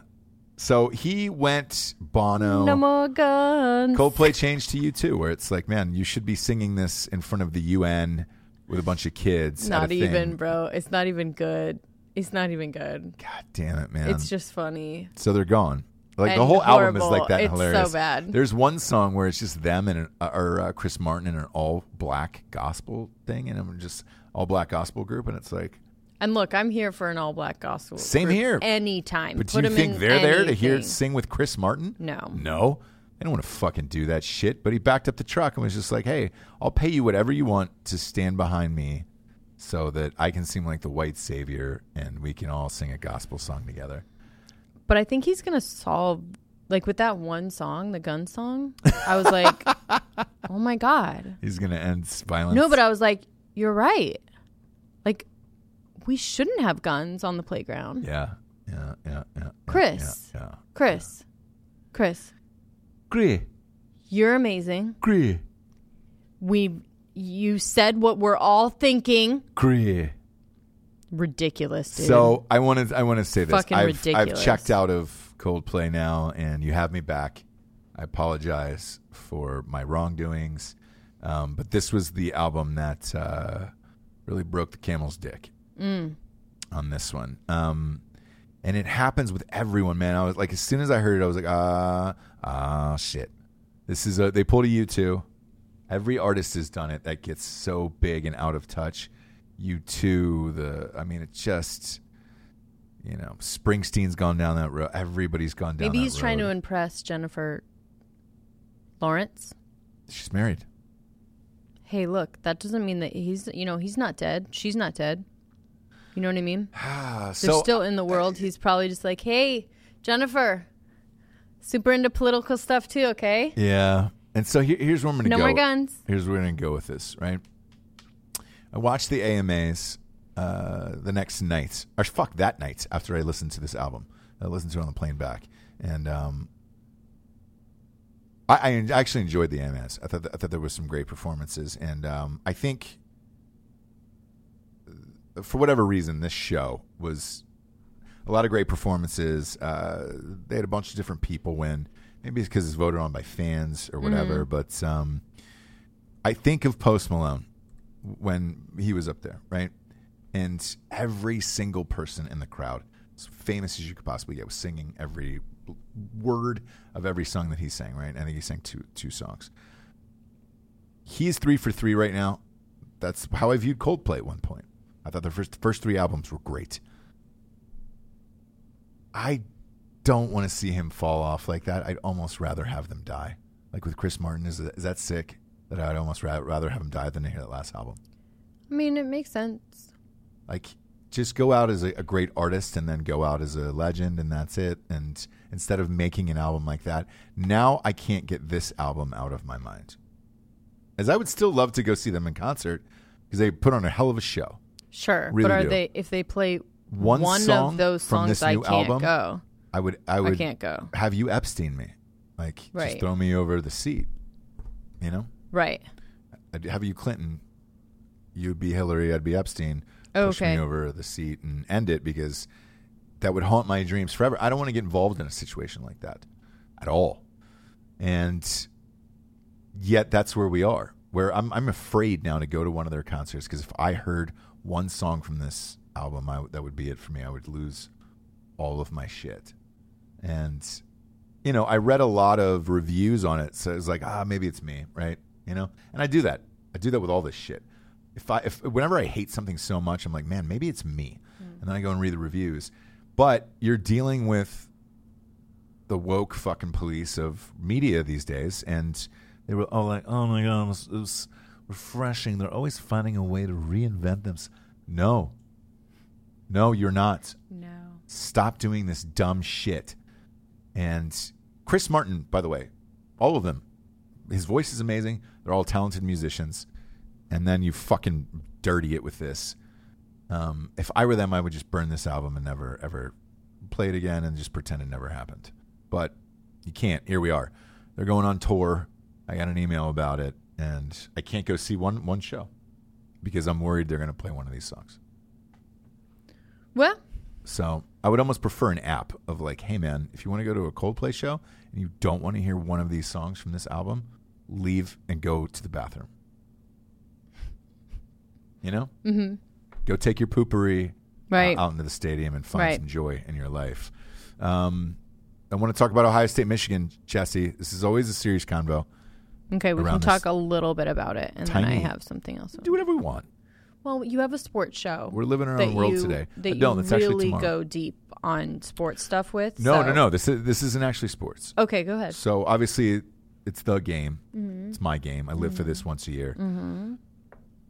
S1: So he went Bono.
S2: No more guns.
S1: Coldplay changed to you too, where it's like, man, you should be singing this in front of the UN with a bunch of kids. at a
S2: not
S1: thing.
S2: even, bro. It's not even good. It's not even good.
S1: God damn it, man.
S2: It's just funny.
S1: so they're gone. Like the
S2: And
S1: whole album is
S2: horrible.
S1: like that. and
S2: It's so
S1: hilarious.
S2: bad.
S1: There's one song where it's just them and an, uh, or uh, Chris Martin and an all black gospel thing, and I'm just all black gospel group, and it's like,
S2: And look, I'm here for an all black gospel.
S1: Same
S2: group
S1: here.
S2: Anytime.
S1: but
S2: Put
S1: do you
S2: 'em in
S1: think they're there to hear
S2: anything.
S1: sing with Chris Martin?
S2: No.
S1: No. They don't want to fucking do that shit. But he backed up the truck and was just like, hey, I'll pay you whatever you want to stand behind me so that I can seem like the white savior and we can all sing a gospel song together.
S2: But I think he's gonna solve like with that one song, the gun song. I was like, oh my god.
S1: He's going to end violence.
S2: No, but I was like, you're right. Like, we shouldn't have guns on the playground.
S1: Yeah. Yeah. Yeah. Yeah.
S2: Chris.
S1: Yeah. yeah.
S2: Chris, Chris,
S1: Gray.
S2: you're amazing.
S1: Gray.
S2: We, you said what we're all thinking.
S1: Gray.
S2: Ridiculous, dude.
S1: So I want to I want to say this.
S2: Fucking
S1: I've, I've
S2: ridiculous.
S1: checked out of Coldplay now, and you have me back. I apologize for my wrongdoings, um, but this was the album that uh, really broke the camel's dick
S2: Mm.
S1: on this one. Um, and it happens with everyone, man. I was like, as soon as I heard it, I was like, ah, ah, shit. This is a they pulled a U two. Every artist has done it that gets so big and out of touch. You two, the I mean, it just you know, Springsteen's gone down that road. Everybody's gone down.
S2: maybe
S1: that
S2: he's trying to
S1: road.
S2: impress Jennifer Lawrence.
S1: She's married.
S2: Hey, look, that doesn't mean that he's, you know, he's not dead. She's not dead. You know what I mean?
S1: Ah,
S2: They're
S1: so
S2: still in the world. He's probably just like, hey, Jennifer, super into political stuff too, okay?
S1: yeah. And so here, here's where I'm gonna
S2: No
S1: go.
S2: more guns.
S1: Here's where we're gonna go with this, right? I watched the AMAs uh, the next night, or fuck that night after I listened to this album. I listened to it on the plane back, and um, I, I en- actually enjoyed the AMAs. I thought th- I thought there was some great performances, and um, I think uh, for whatever reason, this show was a lot of great performances. Uh, they had a bunch of different people win. Maybe it's because it's voted on by fans or whatever, but. Um, I think of Post Malone when he was up there, right? And every single person in the crowd, as famous as you could possibly get, was singing every word of every song that he sang, right? I think he sang two two songs. He's three for three right now. That's how I viewed Coldplay at one point. I thought their first first three albums were great. I don't want to see him fall off like that. I'd almost rather have them die. Like with Chris Martin, is, is that sick? That I'd almost ra- rather have him die than to hear that last album.
S2: I mean, it makes sense.
S1: Like, just go out as a, a great artist and then go out as a legend, and that's it. And instead of making an album like that, now I can't get this album out of my mind. As I would still love to go see them in concert because they put on a hell of a show.
S2: Sure.
S1: Really
S2: but are
S1: do.
S2: they, if they play
S1: One
S2: one,
S1: song
S2: of those
S1: from
S2: songs,
S1: this
S2: I
S1: new
S2: can't
S1: album?
S2: go.
S1: I would, I
S2: I,
S1: would,
S2: can't go.
S1: have you Epstein me? Like, just
S2: Right.
S1: throw me over the seat, you know?
S2: Right.
S1: I'd have you Clinton, you'd be Hillary, I'd be Epstein. Push
S2: Oh, Okay.
S1: me over the seat and end it because that would haunt my dreams forever. I don't want to get involved in a situation like that at all. And yet that's where we are. Where I'm, I'm afraid now to go to one of their concerts because if I heard one song from this album, I, would- that would be it for me. I would lose all of my shit. And you know, I read a lot of reviews on it, so it's like, ah, maybe it's me, right? You know, and I do that. I do that with all this shit. If I, if whenever I hate something so much, I'm like, man, maybe it's me, and then I go and read the reviews. But you're dealing with the woke fucking police of media these days, and they were all like, oh my god, it was, it was refreshing. They're always finding a way to reinvent themselves. No, no, you're not
S2: No.
S1: stop doing this dumb shit. And Chris Martin, by the way, all of them, his voice is amazing. They're all talented musicians. And then you fucking dirty it with this. Um, if I were them, I would just burn this album and never ever play it again and just pretend it never happened. but you can't. Here we are. They're going on tour. I got an email about it, and I can't go see one one show because I'm worried they're going to play one of these songs.
S2: Well,
S1: So I would almost prefer an app of like, hey man, if you want to go to a Coldplay show and you don't want to hear one of these songs from this album, leave and go to the bathroom. You know, mm-hmm. go take your poopery uh,
S2: Right.
S1: out into the stadium and find
S2: Right.
S1: some joy in your life. Um, I want to talk about Ohio State, Michigan, Jesse. This is always a serious convo.
S2: okay, we
S1: Around
S2: can
S1: this
S2: talk a little bit about it, and then I
S1: tiny-
S2: have something else.
S1: Do whatever we want.
S2: Well, you have a sports show.
S1: We're living in our
S2: that
S1: own world
S2: you-
S1: today.
S2: That
S1: I don't.
S2: you
S1: That's actually
S2: really
S1: tomorrow.
S2: go deep on sports stuff with.
S1: No,
S2: so-
S1: no, no. This is, this isn't actually sports.
S2: Okay, go ahead.
S1: So obviously, it's the game.
S2: Mm-hmm.
S1: It's my game. I live for this once a year.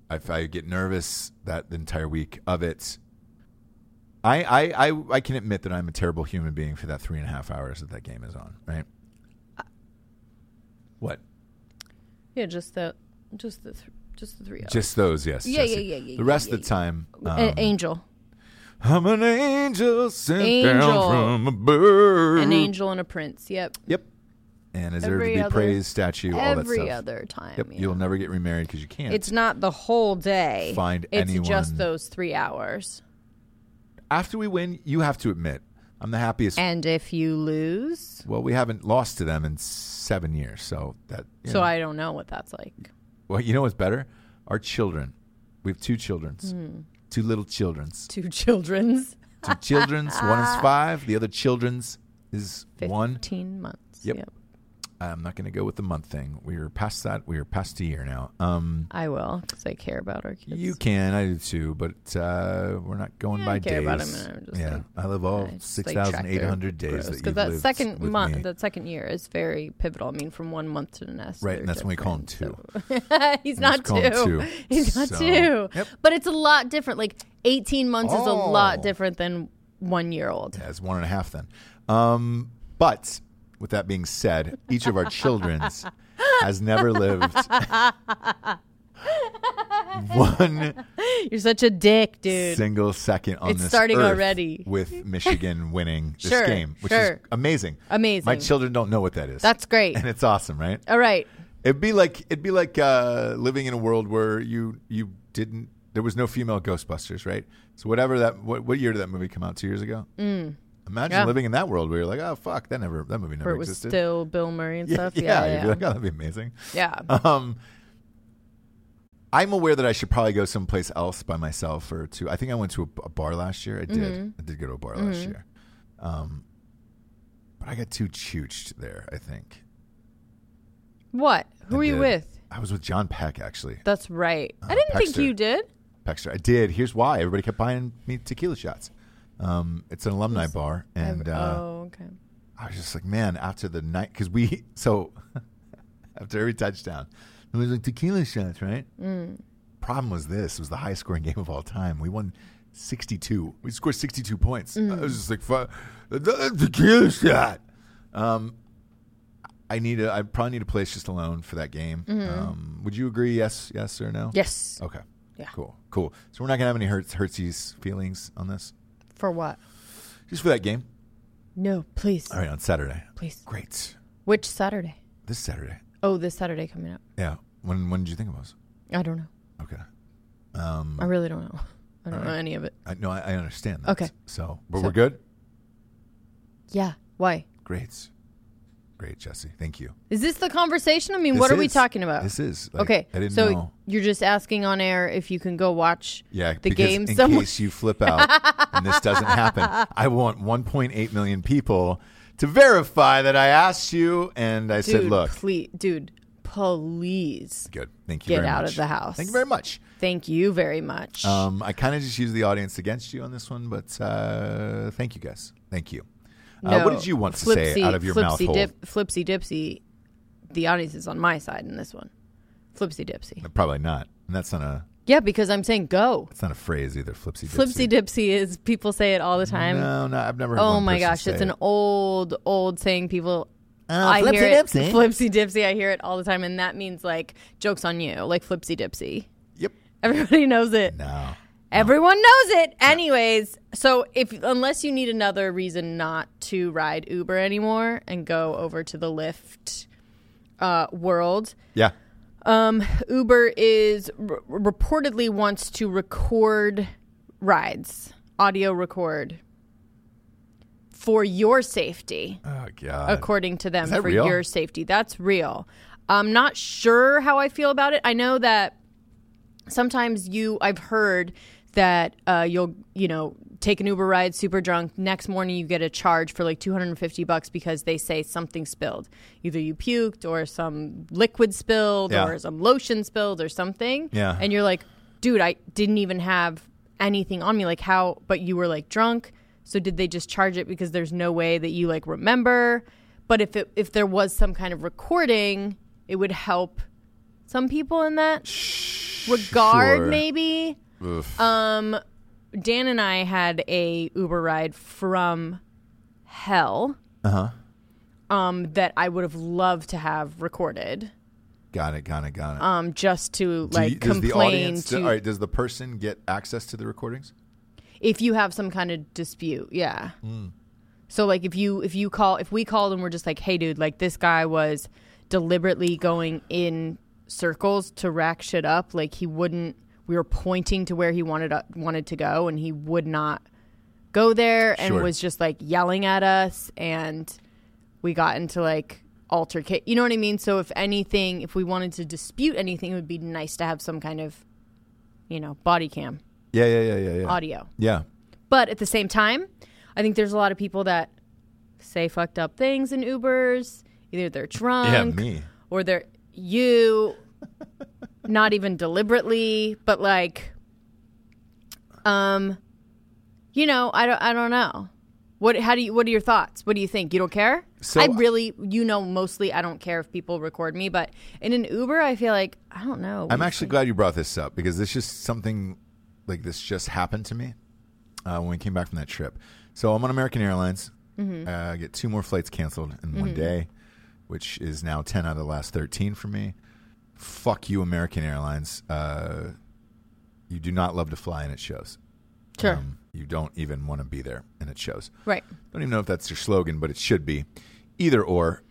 S1: If I get nervous that the entire week of it, I, I I I can admit that I'm a terrible human being for that three and a half hours that that game is on. Right?
S2: Uh,
S1: What?
S2: Yeah, just the, just the, th- just the three. of us.
S1: Just those? Yes.
S2: Yeah,
S1: Jesse.
S2: yeah, yeah, yeah,
S1: The rest
S2: yeah, Uh,
S1: of the time,
S2: A-
S1: um,
S2: angel,
S1: I'm an angel sent
S2: Angel.
S1: down from a bird.
S2: an angel and a prince. Yep.
S1: Yep. And is there to
S2: Every
S1: be
S2: other-
S1: praised statue? all that
S2: Every
S1: stuff.
S2: other time.
S1: Yep.
S2: yeah.
S1: You'll never get remarried because you can't.
S2: It's not the whole day.
S1: Find
S2: it's
S1: anyone-
S2: just those three hours.
S1: after we win, you have to admit, I'm the happiest.
S2: And if you lose,
S1: well, we haven't lost to them in seven years, so that. you
S2: so
S1: know.
S2: I don't know what that's like.
S1: Well, you know what's better? Our children. We have two
S2: Mm.
S1: childrens, two little childrens,
S2: Hmm. Two children's
S1: two childrens. one is five. The other childrens is one.
S2: fifteen months.
S1: Yep. I'm not going to go with the month thing. We are past that. We are past a year now. Um,
S2: I will because I care about our kids.
S1: you can, I do too, but uh, we're not going
S2: Yeah, I
S1: by
S2: don't care
S1: days.
S2: about 'em, I'm just
S1: yeah,
S2: like-
S1: I live all
S2: I just, like,
S1: six
S2: track
S1: thousand eight
S2: their
S1: hundred days
S2: growth.
S1: that
S2: 'Cause
S1: you've
S2: that
S1: lived
S2: second
S1: with
S2: month,
S1: me.
S2: that second year is very pivotal. I mean, from one month to the next,
S1: Right,
S2: they're
S1: and that's when we call 'em
S2: different, so- He's not
S1: call 'em
S2: two.
S1: two.
S2: He's not
S1: So-
S2: two.
S1: Yep.
S2: But it's a lot different. Like eighteen months is a
S1: Oh.
S2: lot different than one year old.
S1: as one and a half then. Um, but with that being said, each of our children's has never lived one
S2: You're such a dick, dude.
S1: single second on
S2: It's
S1: this
S2: starting
S1: earth
S2: already.
S1: with Michigan winning this
S2: Sure,
S1: game, which is
S2: sure.
S1: amazing.
S2: Amazing.
S1: My children don't know what that is.
S2: That's great.
S1: and it's awesome, right?
S2: All right.
S1: It'd be like it'd be like uh, living in a world where you you didn't there was no female Ghostbusters, right? So whatever that what, what year did that movie come out? Two years ago. Mm. Imagine
S2: Yeah.
S1: living in that world where you're like, oh fuck, that never that movie
S2: Where
S1: never
S2: it was
S1: existed.
S2: still Bill Murray and
S1: yeah,
S2: stuff.
S1: yeah,
S2: Yeah,
S1: you'd be
S2: yeah.
S1: like, oh, that'd be amazing.
S2: yeah.
S1: Um, I'm aware that I should probably go someplace else by myself or to. I think I went to a, a bar last year. I did.
S2: Mm-hmm.
S1: I did go to a bar last year. Um, but I got too chooched there. I think.
S2: What? Who
S1: I
S2: were you
S1: did. Uh,
S2: with?
S1: I was with John Peck actually.
S2: That's right. I didn't think
S1: Paxton.
S2: you did.
S1: Pexter. I did. Here's why. Everybody kept buying me tequila shots. Um, it's an alumni bar, and uh,
S2: oh, okay.
S1: I was just like, man, after the night, because we so after every touchdown, it was like tequila shots, right? Mm. Problem was this: it was the highest scoring game of all time. We won sixty two. We scored sixty two points. I
S2: Mm.
S1: was just like, fuck, the tequila shot. Um, I need a. I probably need a place just alone for that game. Um, would you agree? Yes, yes or no?
S2: Mm-hmm. Yes.
S1: Okay.
S2: Yeah.
S1: Cool. Cool. So we're not gonna have any hurts Hertzie's feelings on this.
S2: For what?
S1: Just for that game.
S2: No, please.
S1: All right, on Saturday.
S2: Please.
S1: Great.
S2: Which Saturday?
S1: This Saturday.
S2: Oh, this Saturday coming up.
S1: Yeah. When when did you think it was?
S2: I don't know.
S1: Okay. Um
S2: I really don't know. I don't
S1: All
S2: know
S1: right.
S2: any of it.
S1: I, no, I, I understand that.
S2: Okay.
S1: So but
S2: So-
S1: we're good?
S2: Yeah. Why?
S1: Great. Great, Jesse. Thank you.
S2: Is this the conversation? I mean,
S1: This
S2: what are we
S1: is-
S2: talking about?
S1: This is like,
S2: okay.
S1: I didn't
S2: so
S1: know.
S2: you're just asking on air if you can go watch
S1: Yeah,
S2: the
S1: because
S2: game
S1: in
S2: somewhere.
S1: case you flip out and this doesn't happen. I want 1.8 million people to verify that I asked you and I said,
S2: dude,
S1: "Look,
S2: please, dude, please.
S1: good. Thank you
S2: Get
S1: very
S2: out of
S1: much.
S3: the house.
S1: Thank you very much."
S2: Thank you very much.
S1: Um, I kind of just used the audience against you on this one, but uh, thank you guys. Thank you. Uh, what
S2: No.
S1: did you want to say
S2: Flipsy-
S1: out of your
S2: flipsy
S1: mouth hole?
S2: Dip, flipsy dipsy. The audience is on my side in this one. Flipsy dipsy.
S1: Uh, Probably not. And that's not a
S2: Yeah, because I'm saying go.
S1: that's not a phrase either. Flipsy
S2: Flipsy
S1: dipsy.
S2: dipsy is people say it all the time.
S1: No, no, I've never. heard
S2: oh
S1: one
S2: my
S1: person
S2: gosh,
S1: say
S2: it's
S1: it.
S2: an old, old saying. People,
S1: Uh,
S2: I hear it.
S1: flipsy-dipsy.
S2: Flipsy dipsy. I hear it all the time, and that means like jokes on you, like flipsy dipsy.
S1: Yep.
S2: Everybody knows it.
S1: No.
S2: Everyone knows it. Anyways, so if unless you need another reason not to ride Uber anymore and go over to the Lyft uh, world,
S1: Yeah.
S2: um, Uber is r- reportedly wants to record rides, audio record for your safety
S1: Oh god.
S2: according to them
S1: Is that
S2: for
S1: real?
S2: your safety. That's real. I'm not sure how I feel about it. I know that sometimes you, I've heard that uh, you'll, you know, take an Uber ride super drunk. Next morning, you get a charge for like 250 bucks because they say something spilled. Either you puked or some liquid spilled
S1: Yeah.
S2: or some lotion spilled or something.
S1: Yeah.
S2: And you're like, dude, I didn't even have anything on me. Like, how? But you were like drunk. So did they just charge it because there's no way that you like remember? But if it, if there was some kind of recording, it would help some people in that regard,
S1: Sure.
S2: maybe.
S1: Oof.
S2: Um, Dan and I had a Uber ride from hell.
S1: Uh-huh.
S2: Uh huh. Um, that I would have loved to have recorded.
S1: got it. Got it. Got it.
S2: Um, just to
S1: Do you-
S2: like
S1: does the
S2: complain
S1: audience?
S2: to
S1: all right. Does the person get access to the recordings?
S2: if you have some kind of dispute yeah
S1: Mm.
S2: so like if you if you call if we called and we're just like hey dude like this guy was deliberately going in circles to rack shit up like he wouldn't we were pointing to where he wanted uh, wanted to go and he would not go there and
S1: Sure.
S2: was just like yelling at us and we got into like altercate you know what i mean so if anything if we wanted to dispute anything it would be nice to have some kind of you know body cam
S1: Yeah. Yeah. Yeah. Yeah. Yeah.
S2: audio
S1: yeah.
S2: but at the same time, I think there's a lot of people that say fucked up things in Ubers. Either they're
S1: Yeah.
S2: drunk
S1: Me.
S2: or they're you, not even deliberately, but like, um, you know, I don't, I don't know. What? How do you? What are your thoughts? What do you think? You don't care?
S1: So-
S2: I really, you know, mostly I don't care if people record me, but in an Uber, I feel like I don't know.
S1: I'm actually glad you brought this up because this just something like this just happened to me uh, when we came back from that trip. So I'm on American Airlines. Uh, I get two more flights canceled in one day, which is now 10 out of the last 13 for me. Fuck you, American Airlines. Uh, you do not love to fly, and it shows.
S2: sure,
S1: Um, you don't even want to be there, and it shows.
S2: right?
S1: Don't even know if that's your slogan, but it should be. Either or.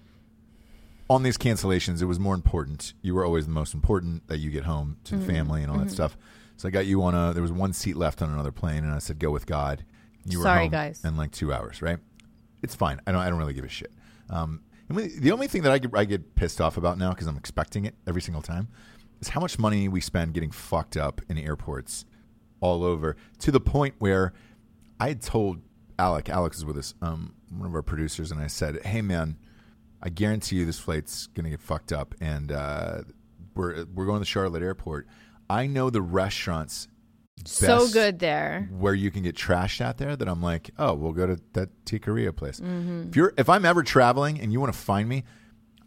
S1: On these cancellations, it was more important. You were always the most important that you get home to
S2: Mm-hmm.
S1: the family and all that stuff. So I got you on a. There was one seat left on another plane, and I said, "Go with God." You were
S2: Sorry,
S1: home
S2: guys.
S1: in like two hours, right? It's fine. I don't. I don't really give a shit. Um, and we, the only thing that I get, I get pissed off about now because I'm expecting it every single time is how much money we spend getting fucked up in airports all over to the point where I had told Alec, Alex is with us, um, one of our producers, and I said, "Hey, man, I guarantee you this flight's gonna get fucked up, and uh, we're we're going to Charlotte Airport. I know the restaurants
S2: So
S1: Best.
S2: good there.
S1: where you can get trashed out there that I'm like, oh, we'll go to that Tikkaria place.
S2: Mm-hmm.
S1: If you're if I'm ever traveling and you want to find me,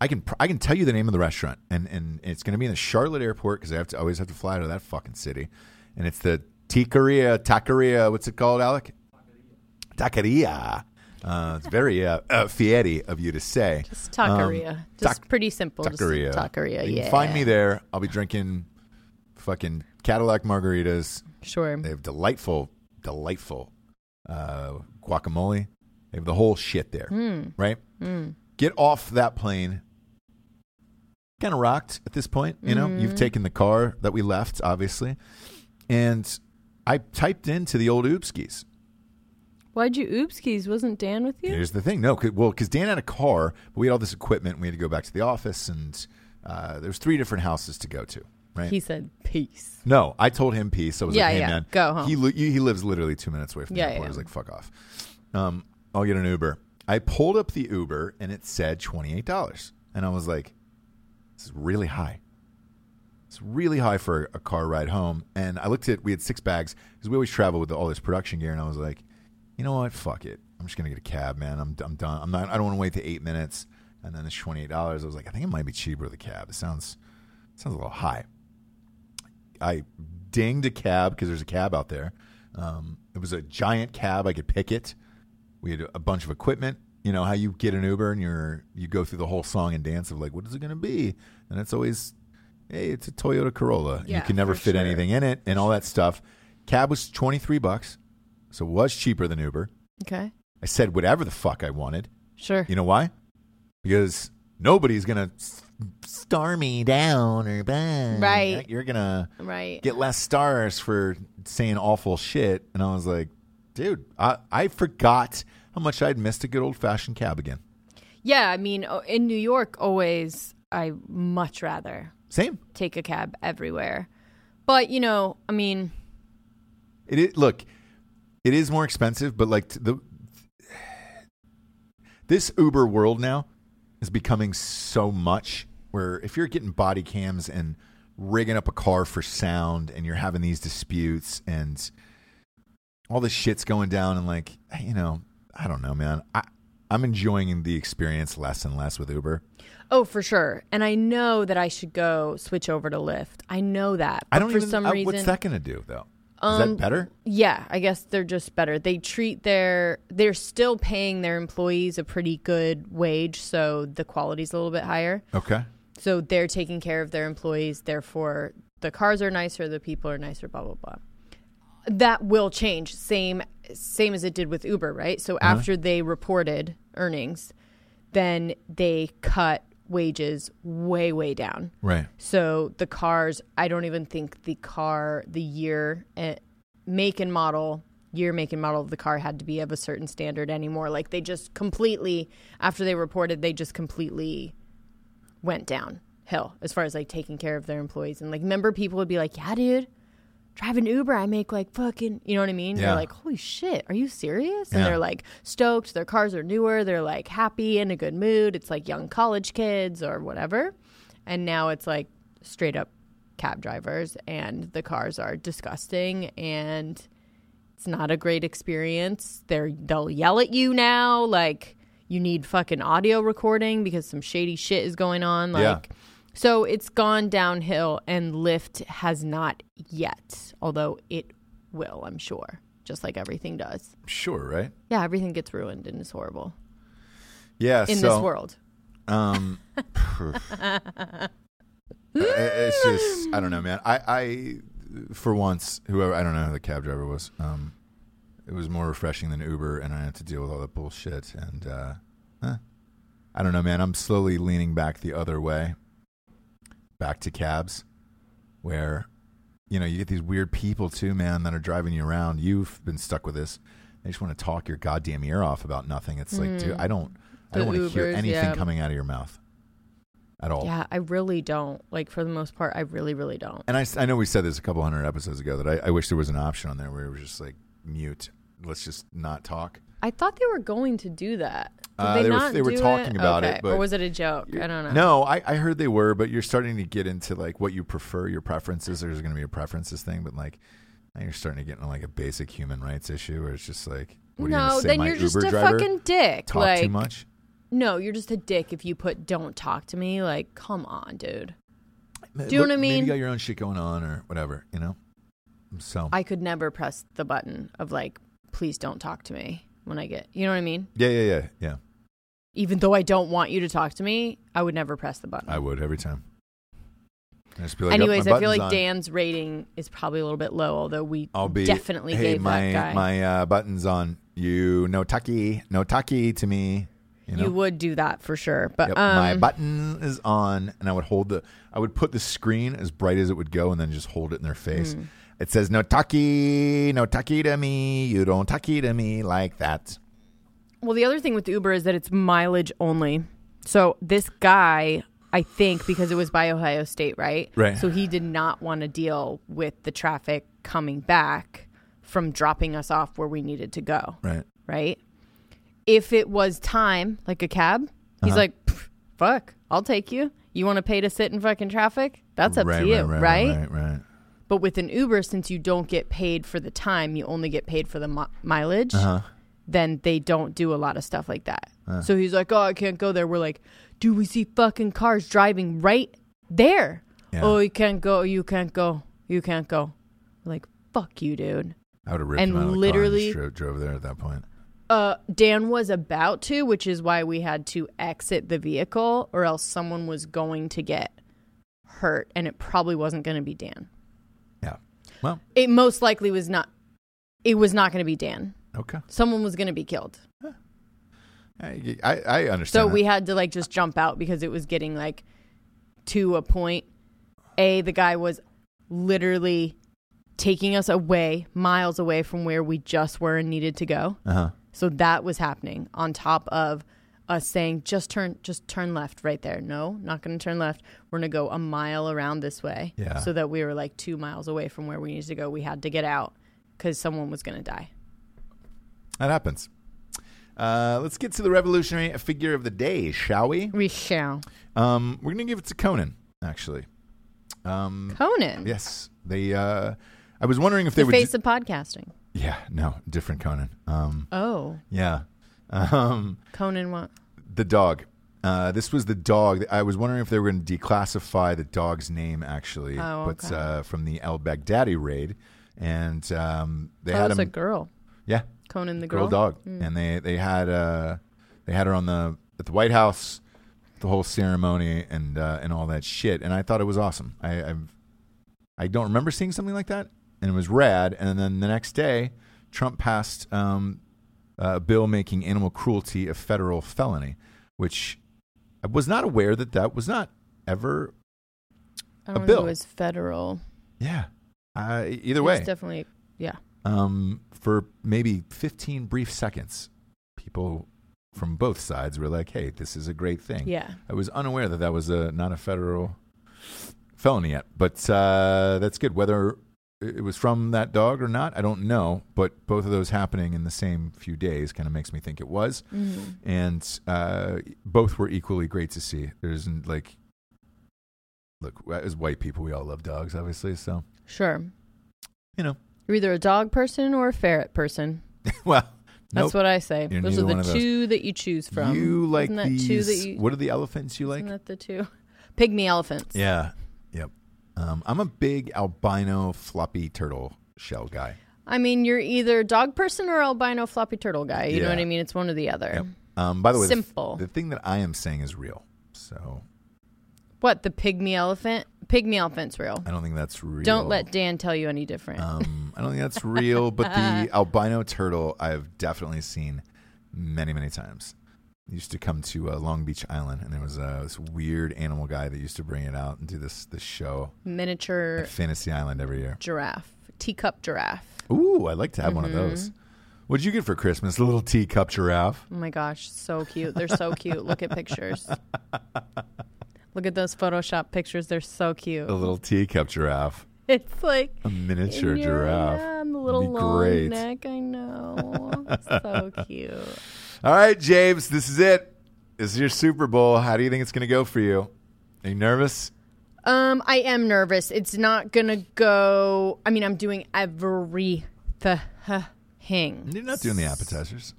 S1: I can pr- I can tell you the name of the restaurant and and it's going to be in the Charlotte airport because I have to always have to fly to that fucking city, and it's the Tikkaria Taqueria. What's it called, Alec? Taqueria. Uh, it's very uh, uh, fieri of you to say.
S2: It's taqueria. Just
S1: Um, tac-
S2: pretty simple. just
S1: Taqueria.
S2: Taqueria.
S1: You
S2: Yeah.
S1: can find me there. I'll be drinking fucking Cadillac margaritas.
S2: Sure.
S1: They have delightful, delightful uh, guacamole. They have the whole shit there, right? Get off that plane. Kind of rocked at this point, you know. You've taken the car that we left, obviously, and I typed into the old Oopskies.
S2: Why'd you oopskies? Wasn't Dan with you?
S1: Here's the thing, no, 'cause- well, because Dan had a car, but we had all this equipment. and We had to go back to the office, and uh, there's three different houses to go to. Right?
S2: He said peace.
S1: No, I told him peace. I was
S2: Yeah,
S1: like, hey,
S2: yeah,
S1: man,
S2: go home.
S1: He, li- he lives literally two minutes away from
S2: Yeah,
S1: the airport.
S2: yeah.
S1: I was like, fuck off. Um, I'll get an Uber. I pulled up the Uber and it said $28. And I was like, this is really high. It's really high for a car ride home. And I looked at, we had six bags because we always travel with all this production gear. And I was like, you know what? Fuck it. I'm just going to get a cab, man. I'm, I'm done. I'm not, I don't want to wait the eight minutes. And then it's $28. I was like, I think it might be cheaper with a cab. It sounds, it sounds a little high. I dinged a cab because there's a cab out there. Um, it was a giant cab. I could pick it. We had a bunch of equipment. You know how you get an Uber and you're you go through the whole song and dance of like what is it going to be, and it's always, hey, it's a Toyota Corolla. you
S2: Yeah,
S1: can never
S2: for
S1: fit
S2: sure.
S1: anything in it and all that stuff. Cab was 23 bucks, so it was cheaper than Uber.
S2: Okay.
S1: I said whatever the fuck I wanted.
S2: Sure.
S1: You know why? Because nobody's going to star me down or bang.
S2: Right.
S1: You're going to
S2: Right.
S1: get less stars for saying awful shit. And I was like, dude, I, I forgot how much I'd missed a good old fashioned cab again.
S2: Yeah, I mean, o- in New York, always, I much rather
S1: Same.
S2: take a cab everywhere. But, you know, I mean,
S1: It is, look, it is more expensive, but like t- the this Uber world now is becoming so much where if you're getting body cams and rigging up a car for sound and you're having these disputes and all this shit's going down and like you know I don't know man I I'm enjoying the experience less and less with Uber.
S2: oh, for sure. And I know that I should go switch over to Lyft. I know that.
S1: I
S2: But
S1: don't
S2: for
S1: even
S2: some
S1: I-
S2: reason. Um,
S1: what's that going to do though? is that better?
S2: Yeah, I guess they're just better. They treat their they're still paying their employees a pretty good wage, so the quality's a little bit higher.
S1: Okay.
S2: So they're taking care of their employees, therefore the cars are nicer, the people are nicer, blah blah blah. That will change. Same same as it did with Uber, right? So after they reported earnings, then they cut wages way way down.
S1: Right.
S2: So the cars, I don't even think the car, the year, eh, make and model, year, make and model of the car had to be of a certain standard anymore. Like they just completely, after they reported, they just completely went downhill as far as like taking care of their employees. And like, remember, people would be like, yeah, dude. Drive an Uber, I make like fucking, you know what I mean?
S1: Yeah.
S2: They're like, holy shit, are you serious? And
S1: Yeah.
S2: they're like stoked, their cars are newer, they're like happy, in a good mood. It's like young college kids or whatever. And now it's like straight up cab drivers, and the cars are disgusting and it's not a great experience. They're, they'll yell at you now. Like, you need fucking audio recording because some shady shit is going on. Like,
S1: Yeah.
S2: so it's gone downhill, and Lyft has not yet, although it will, I'm sure, just like everything does.
S1: Sure, right?
S2: Yeah, everything gets ruined and is horrible
S1: Yeah,
S2: in
S1: so
S2: this world.
S1: Um, phew. I- it's just I don't know, man. I, I for once, whoever I don't know who the cab driver was. Um, it was more refreshing than Uber, and I had to deal with all that bullshit. And uh, eh. I don't know, man. I'm slowly leaning back the other way, back to cabs, where you know you get these weird people too, man, that are driving you around. You've been stuck with this. They just want to talk your goddamn ear off about nothing. It's like, dude, I don't, I don't
S2: The
S1: want to hear
S2: Ubers,
S1: anything
S2: yeah.
S1: coming out of your mouth at all.
S2: Yeah, I really don't. Like, for the most part, I really, really don't.
S1: And I, s- I know we said this a couple hundred episodes ago that I, I wish there was an option on there where it was just like mute. Let's just not talk.
S2: I thought they were going to do that. Did
S1: Uh,
S2: they,
S1: they were-
S2: not
S1: they were
S2: do
S1: talking about
S2: Okay.
S1: it, but-
S2: or was it a joke? I don't know.
S1: No, I, I heard they were, but you're starting to get into like what you prefer, your preferences. There's going to be a preferences thing, but like now you're starting to get into like a basic human rights issue where it's just like, what are you
S2: no,
S1: going to say?
S2: then
S1: my
S2: you're just
S1: Uber
S2: a
S1: driver
S2: fucking dick.
S1: talk
S2: like,
S1: too much.
S2: no, you're just a dick if you put "don't talk to me." Like, come on, dude. you know what I
S1: Maybe
S2: mean?
S1: you got your own shit going on or whatever, you know. So
S2: I could never press the button of like, please don't talk to me when I get. You know what I mean?
S1: yeah, yeah, yeah, yeah.
S2: Even though I don't want you to talk to me, I would never press the button.
S1: I would every time. I just be like, "Yep, my
S2: Anyways, I feel
S1: button's
S2: like
S1: on."
S2: Dan's rating is probably a little bit low, although we
S1: I'll be
S2: definitely
S1: hey,
S2: gave
S1: my
S2: that guy.
S1: my uh, buttons on. You no taki, no taki to me. You
S2: you,
S1: know,
S2: would do that for sure, but
S1: Yep,
S2: um,
S1: my button is on, and I would hold the. I would put the screen as bright as it would go, and then just hold it in their face.
S2: Hmm.
S1: It says no taki, no taki to me. You don't taki to me like that.
S2: Well, the other thing with Uber is that it's mileage only. So this guy, I think, because it was by Ohio State, right?
S1: Right.
S2: So he did not want to deal with the traffic coming back from dropping us off where we needed to go,
S1: Right.
S2: right? If it was time, like a cab,
S1: Uh-huh.
S2: he's like, "Pff, fuck, I'll take you. You want to pay to sit in fucking traffic? That's up to you,
S1: right,
S2: right?
S1: right, right.
S2: But with an Uber, since you don't get paid for the time, you only get paid for the mi-
S1: Uh-huh.
S2: mileage, then they don't do a lot of stuff like that. So he's like, oh, I can't go there. We're like, do we see fucking cars driving right there?
S1: Yeah.
S2: Oh, you can't go. You can't go. You can't go. We're like, fuck you, dude.
S1: I would have ripped
S2: And
S1: him out of the
S2: literally-
S1: car and just drove, drove there at that point.
S2: Uh, Dan was about to, which is why we had to exit the vehicle, or else someone was going to get hurt, and it probably wasn't going to be Dan.
S1: Yeah. Well,
S2: It most likely was not. It was not going to be Dan.
S1: okay.
S2: Someone was going to be killed.
S1: I, I, I understand.
S2: So
S1: that.
S2: we had to like just jump out because it was getting like to a point. A, the guy was literally taking us away, miles away from where we just were and needed to go.
S1: Uh-huh.
S2: So that was happening on top of us saying, just turn, just turn left right there. No, not going to turn left. We're going to go a mile around this way.
S1: Yeah.
S2: So that we were like two miles away from where we needed to go. We had to get out because someone was going to die.
S1: That happens. Uh, let's get to the revolutionary figure of the day, shall we?
S2: We shall.
S1: Um, we're going to give it to Conan, actually. Um,
S2: Conan,
S1: yes, they. Uh, I was wondering if they
S2: the
S1: would.
S2: face
S1: do-
S2: of podcasting.
S1: yeah, no, different Conan. Um,
S2: Oh,
S1: yeah, um,
S2: Conan, what?
S1: the dog. Uh, this was the dog. I was wondering if they were going to declassify the dog's name, actually,
S2: Oh,
S1: but
S2: okay.
S1: uh, from the Al Baghdadi raid, and um, they
S2: Oh,
S1: had
S2: it's
S1: him.
S2: a girl.
S1: yeah,
S2: Conan the
S1: girl,
S2: girl. Hmm.
S1: dog, and they they had uh they had her on the at the White House, the whole ceremony and uh, and all that shit. And I thought it was awesome. I I've, I don't remember seeing something like that, and it was rad. And then the next day, Trump passed um, a bill making animal cruelty a federal felony, which I was not aware that that was not ever.
S2: I
S1: a
S2: don't know
S1: bill.
S2: If it was federal.
S1: Yeah. Uh, either
S2: It
S1: way,
S2: was definitely yeah.
S1: um, for maybe 15 brief seconds, people from both sides were like, "Hey, this is a great thing."
S2: Yeah.
S1: I was unaware that that was a not a federal felony yet, but uh, that's good. Whether it was from that dog or not, I don't know. But both of those happening in the same few days kind of makes me think it was,
S2: Mm-hmm.
S1: and uh, both were equally great to see. There's like, look, as white people, we all love dogs, obviously. So
S2: Sure.
S1: you know,
S2: You're either a dog person or a ferret person.
S1: well,
S2: That's
S1: nope.
S2: what I say.
S1: You're
S2: those
S1: neither
S2: are
S1: one
S2: the
S1: of those.
S2: two that you choose from.
S1: You like
S2: Isn't that
S1: these?
S2: two that you?
S1: what are the elephants you like?
S2: Isn't that the two? Pygmy elephants.
S1: yeah, yep. Um, I'm a big albino floppy turtle shell guy.
S2: I mean, you're either dog person or albino floppy turtle guy. You know
S1: Yeah.
S2: what I mean? It's one or the other.
S1: Yep. Um, by the way, the f-
S2: Simple.
S1: The, thing that I am saying is real, so
S2: What the pygmy elephant? Pygmy elephant's real.
S1: I don't think that's real.
S2: Don't let Dan tell you any different.
S1: Um, I don't think that's real, but the albino turtle I've definitely seen many, many times. I used to come to uh, Long Beach Island, and there was uh, this weird animal guy that used to bring it out and do this this show
S2: Miniature
S1: at Fantasy Island every year.
S2: giraffe, teacup giraffe.
S1: Ooh, I'd like to have one of those.
S2: Mm-hmm.
S1: What'd you get for Christmas? A little teacup giraffe.
S2: Oh my gosh, so cute. They're so cute. Look at pictures. Look at those Photoshop pictures. They're so cute.
S1: A little teacup giraffe.
S2: It's like
S1: A miniature
S2: yeah,
S1: giraffe.
S2: Yeah, and the little
S1: Be
S2: long
S1: great.
S2: neck. I know. so cute.
S1: All right, James, this is it. This is your Super Bowl. How do you think it's going to go for you? Are you nervous?
S2: Um, I am nervous. It's not gonna go. I mean, I'm doing everything.
S1: You're not doing the appetizers.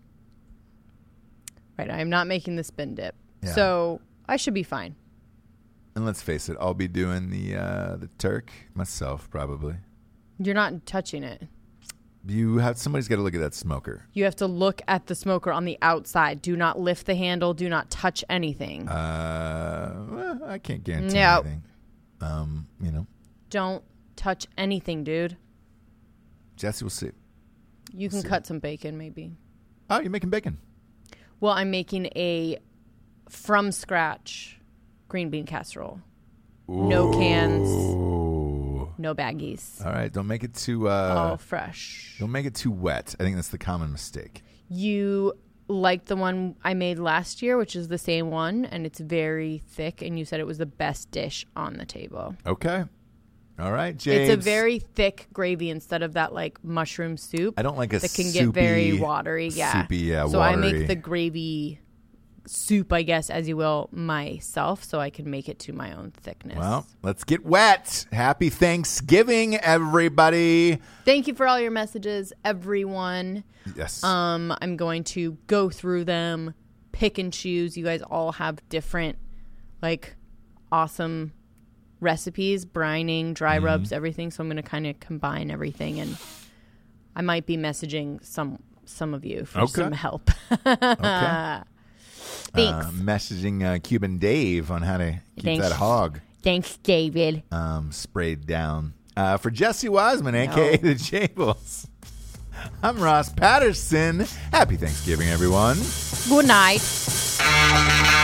S2: Right. I am not making the spin dip.
S1: Yeah.
S2: So I should be fine.
S1: And let's face it, I'll be doing the uh, the Turk myself probably.
S2: You're not touching it.
S1: You have somebody's got to look at that smoker.
S2: You have to look at the smoker on the outside. Do not lift the handle. Do not touch anything.
S1: Uh, well, I can't guarantee
S2: No.
S1: anything. Um, you know,
S2: Don't touch anything, dude.
S1: Jesse will see.
S2: You can cut some bacon, maybe.
S1: Oh, you're making bacon.
S2: Well, I'm making a from scratch green bean casserole. No cans,
S1: Ooh.
S2: no baggies,
S1: All right, don't make it too uh,
S2: all fresh.
S1: don't make it too wet. I think that's the common mistake.
S2: You like the one I made last year, which is the same one, and it's very thick. And you said it was the best dish on the table.
S1: Okay. All right, James.
S2: It's a very thick gravy instead of that like mushroom soup.
S1: I don't like a
S2: that can
S1: soupy-
S2: get very watery. Yeah,
S1: soupy, yeah,
S2: So I
S1: watery.
S2: make the gravy soup, I guess, as you will, myself, so I can make it to my own thickness.
S1: Well, let's get wet. Happy Thanksgiving, everybody.
S2: Thank you for all your messages, everyone.
S1: Yes.
S2: Um, I'm going to go through them, pick and choose. You guys all have different, like, awesome recipes, brining, dry
S1: Mm-hmm.
S2: rubs, everything. So I'm going to kind of combine everything, and I might be messaging some some of you for
S1: Okay.
S2: some help.
S1: okay.
S2: Thanks,
S1: Uh, messaging uh, Cuban Dave on how to keep
S2: Thanks.
S1: that hog uh,
S2: thanks, David.
S1: um, sprayed down. Uh, for Jesse Wiseman, aka the Jables, I'm Ross Patterson. Happy Thanksgiving, everyone.
S4: Good night.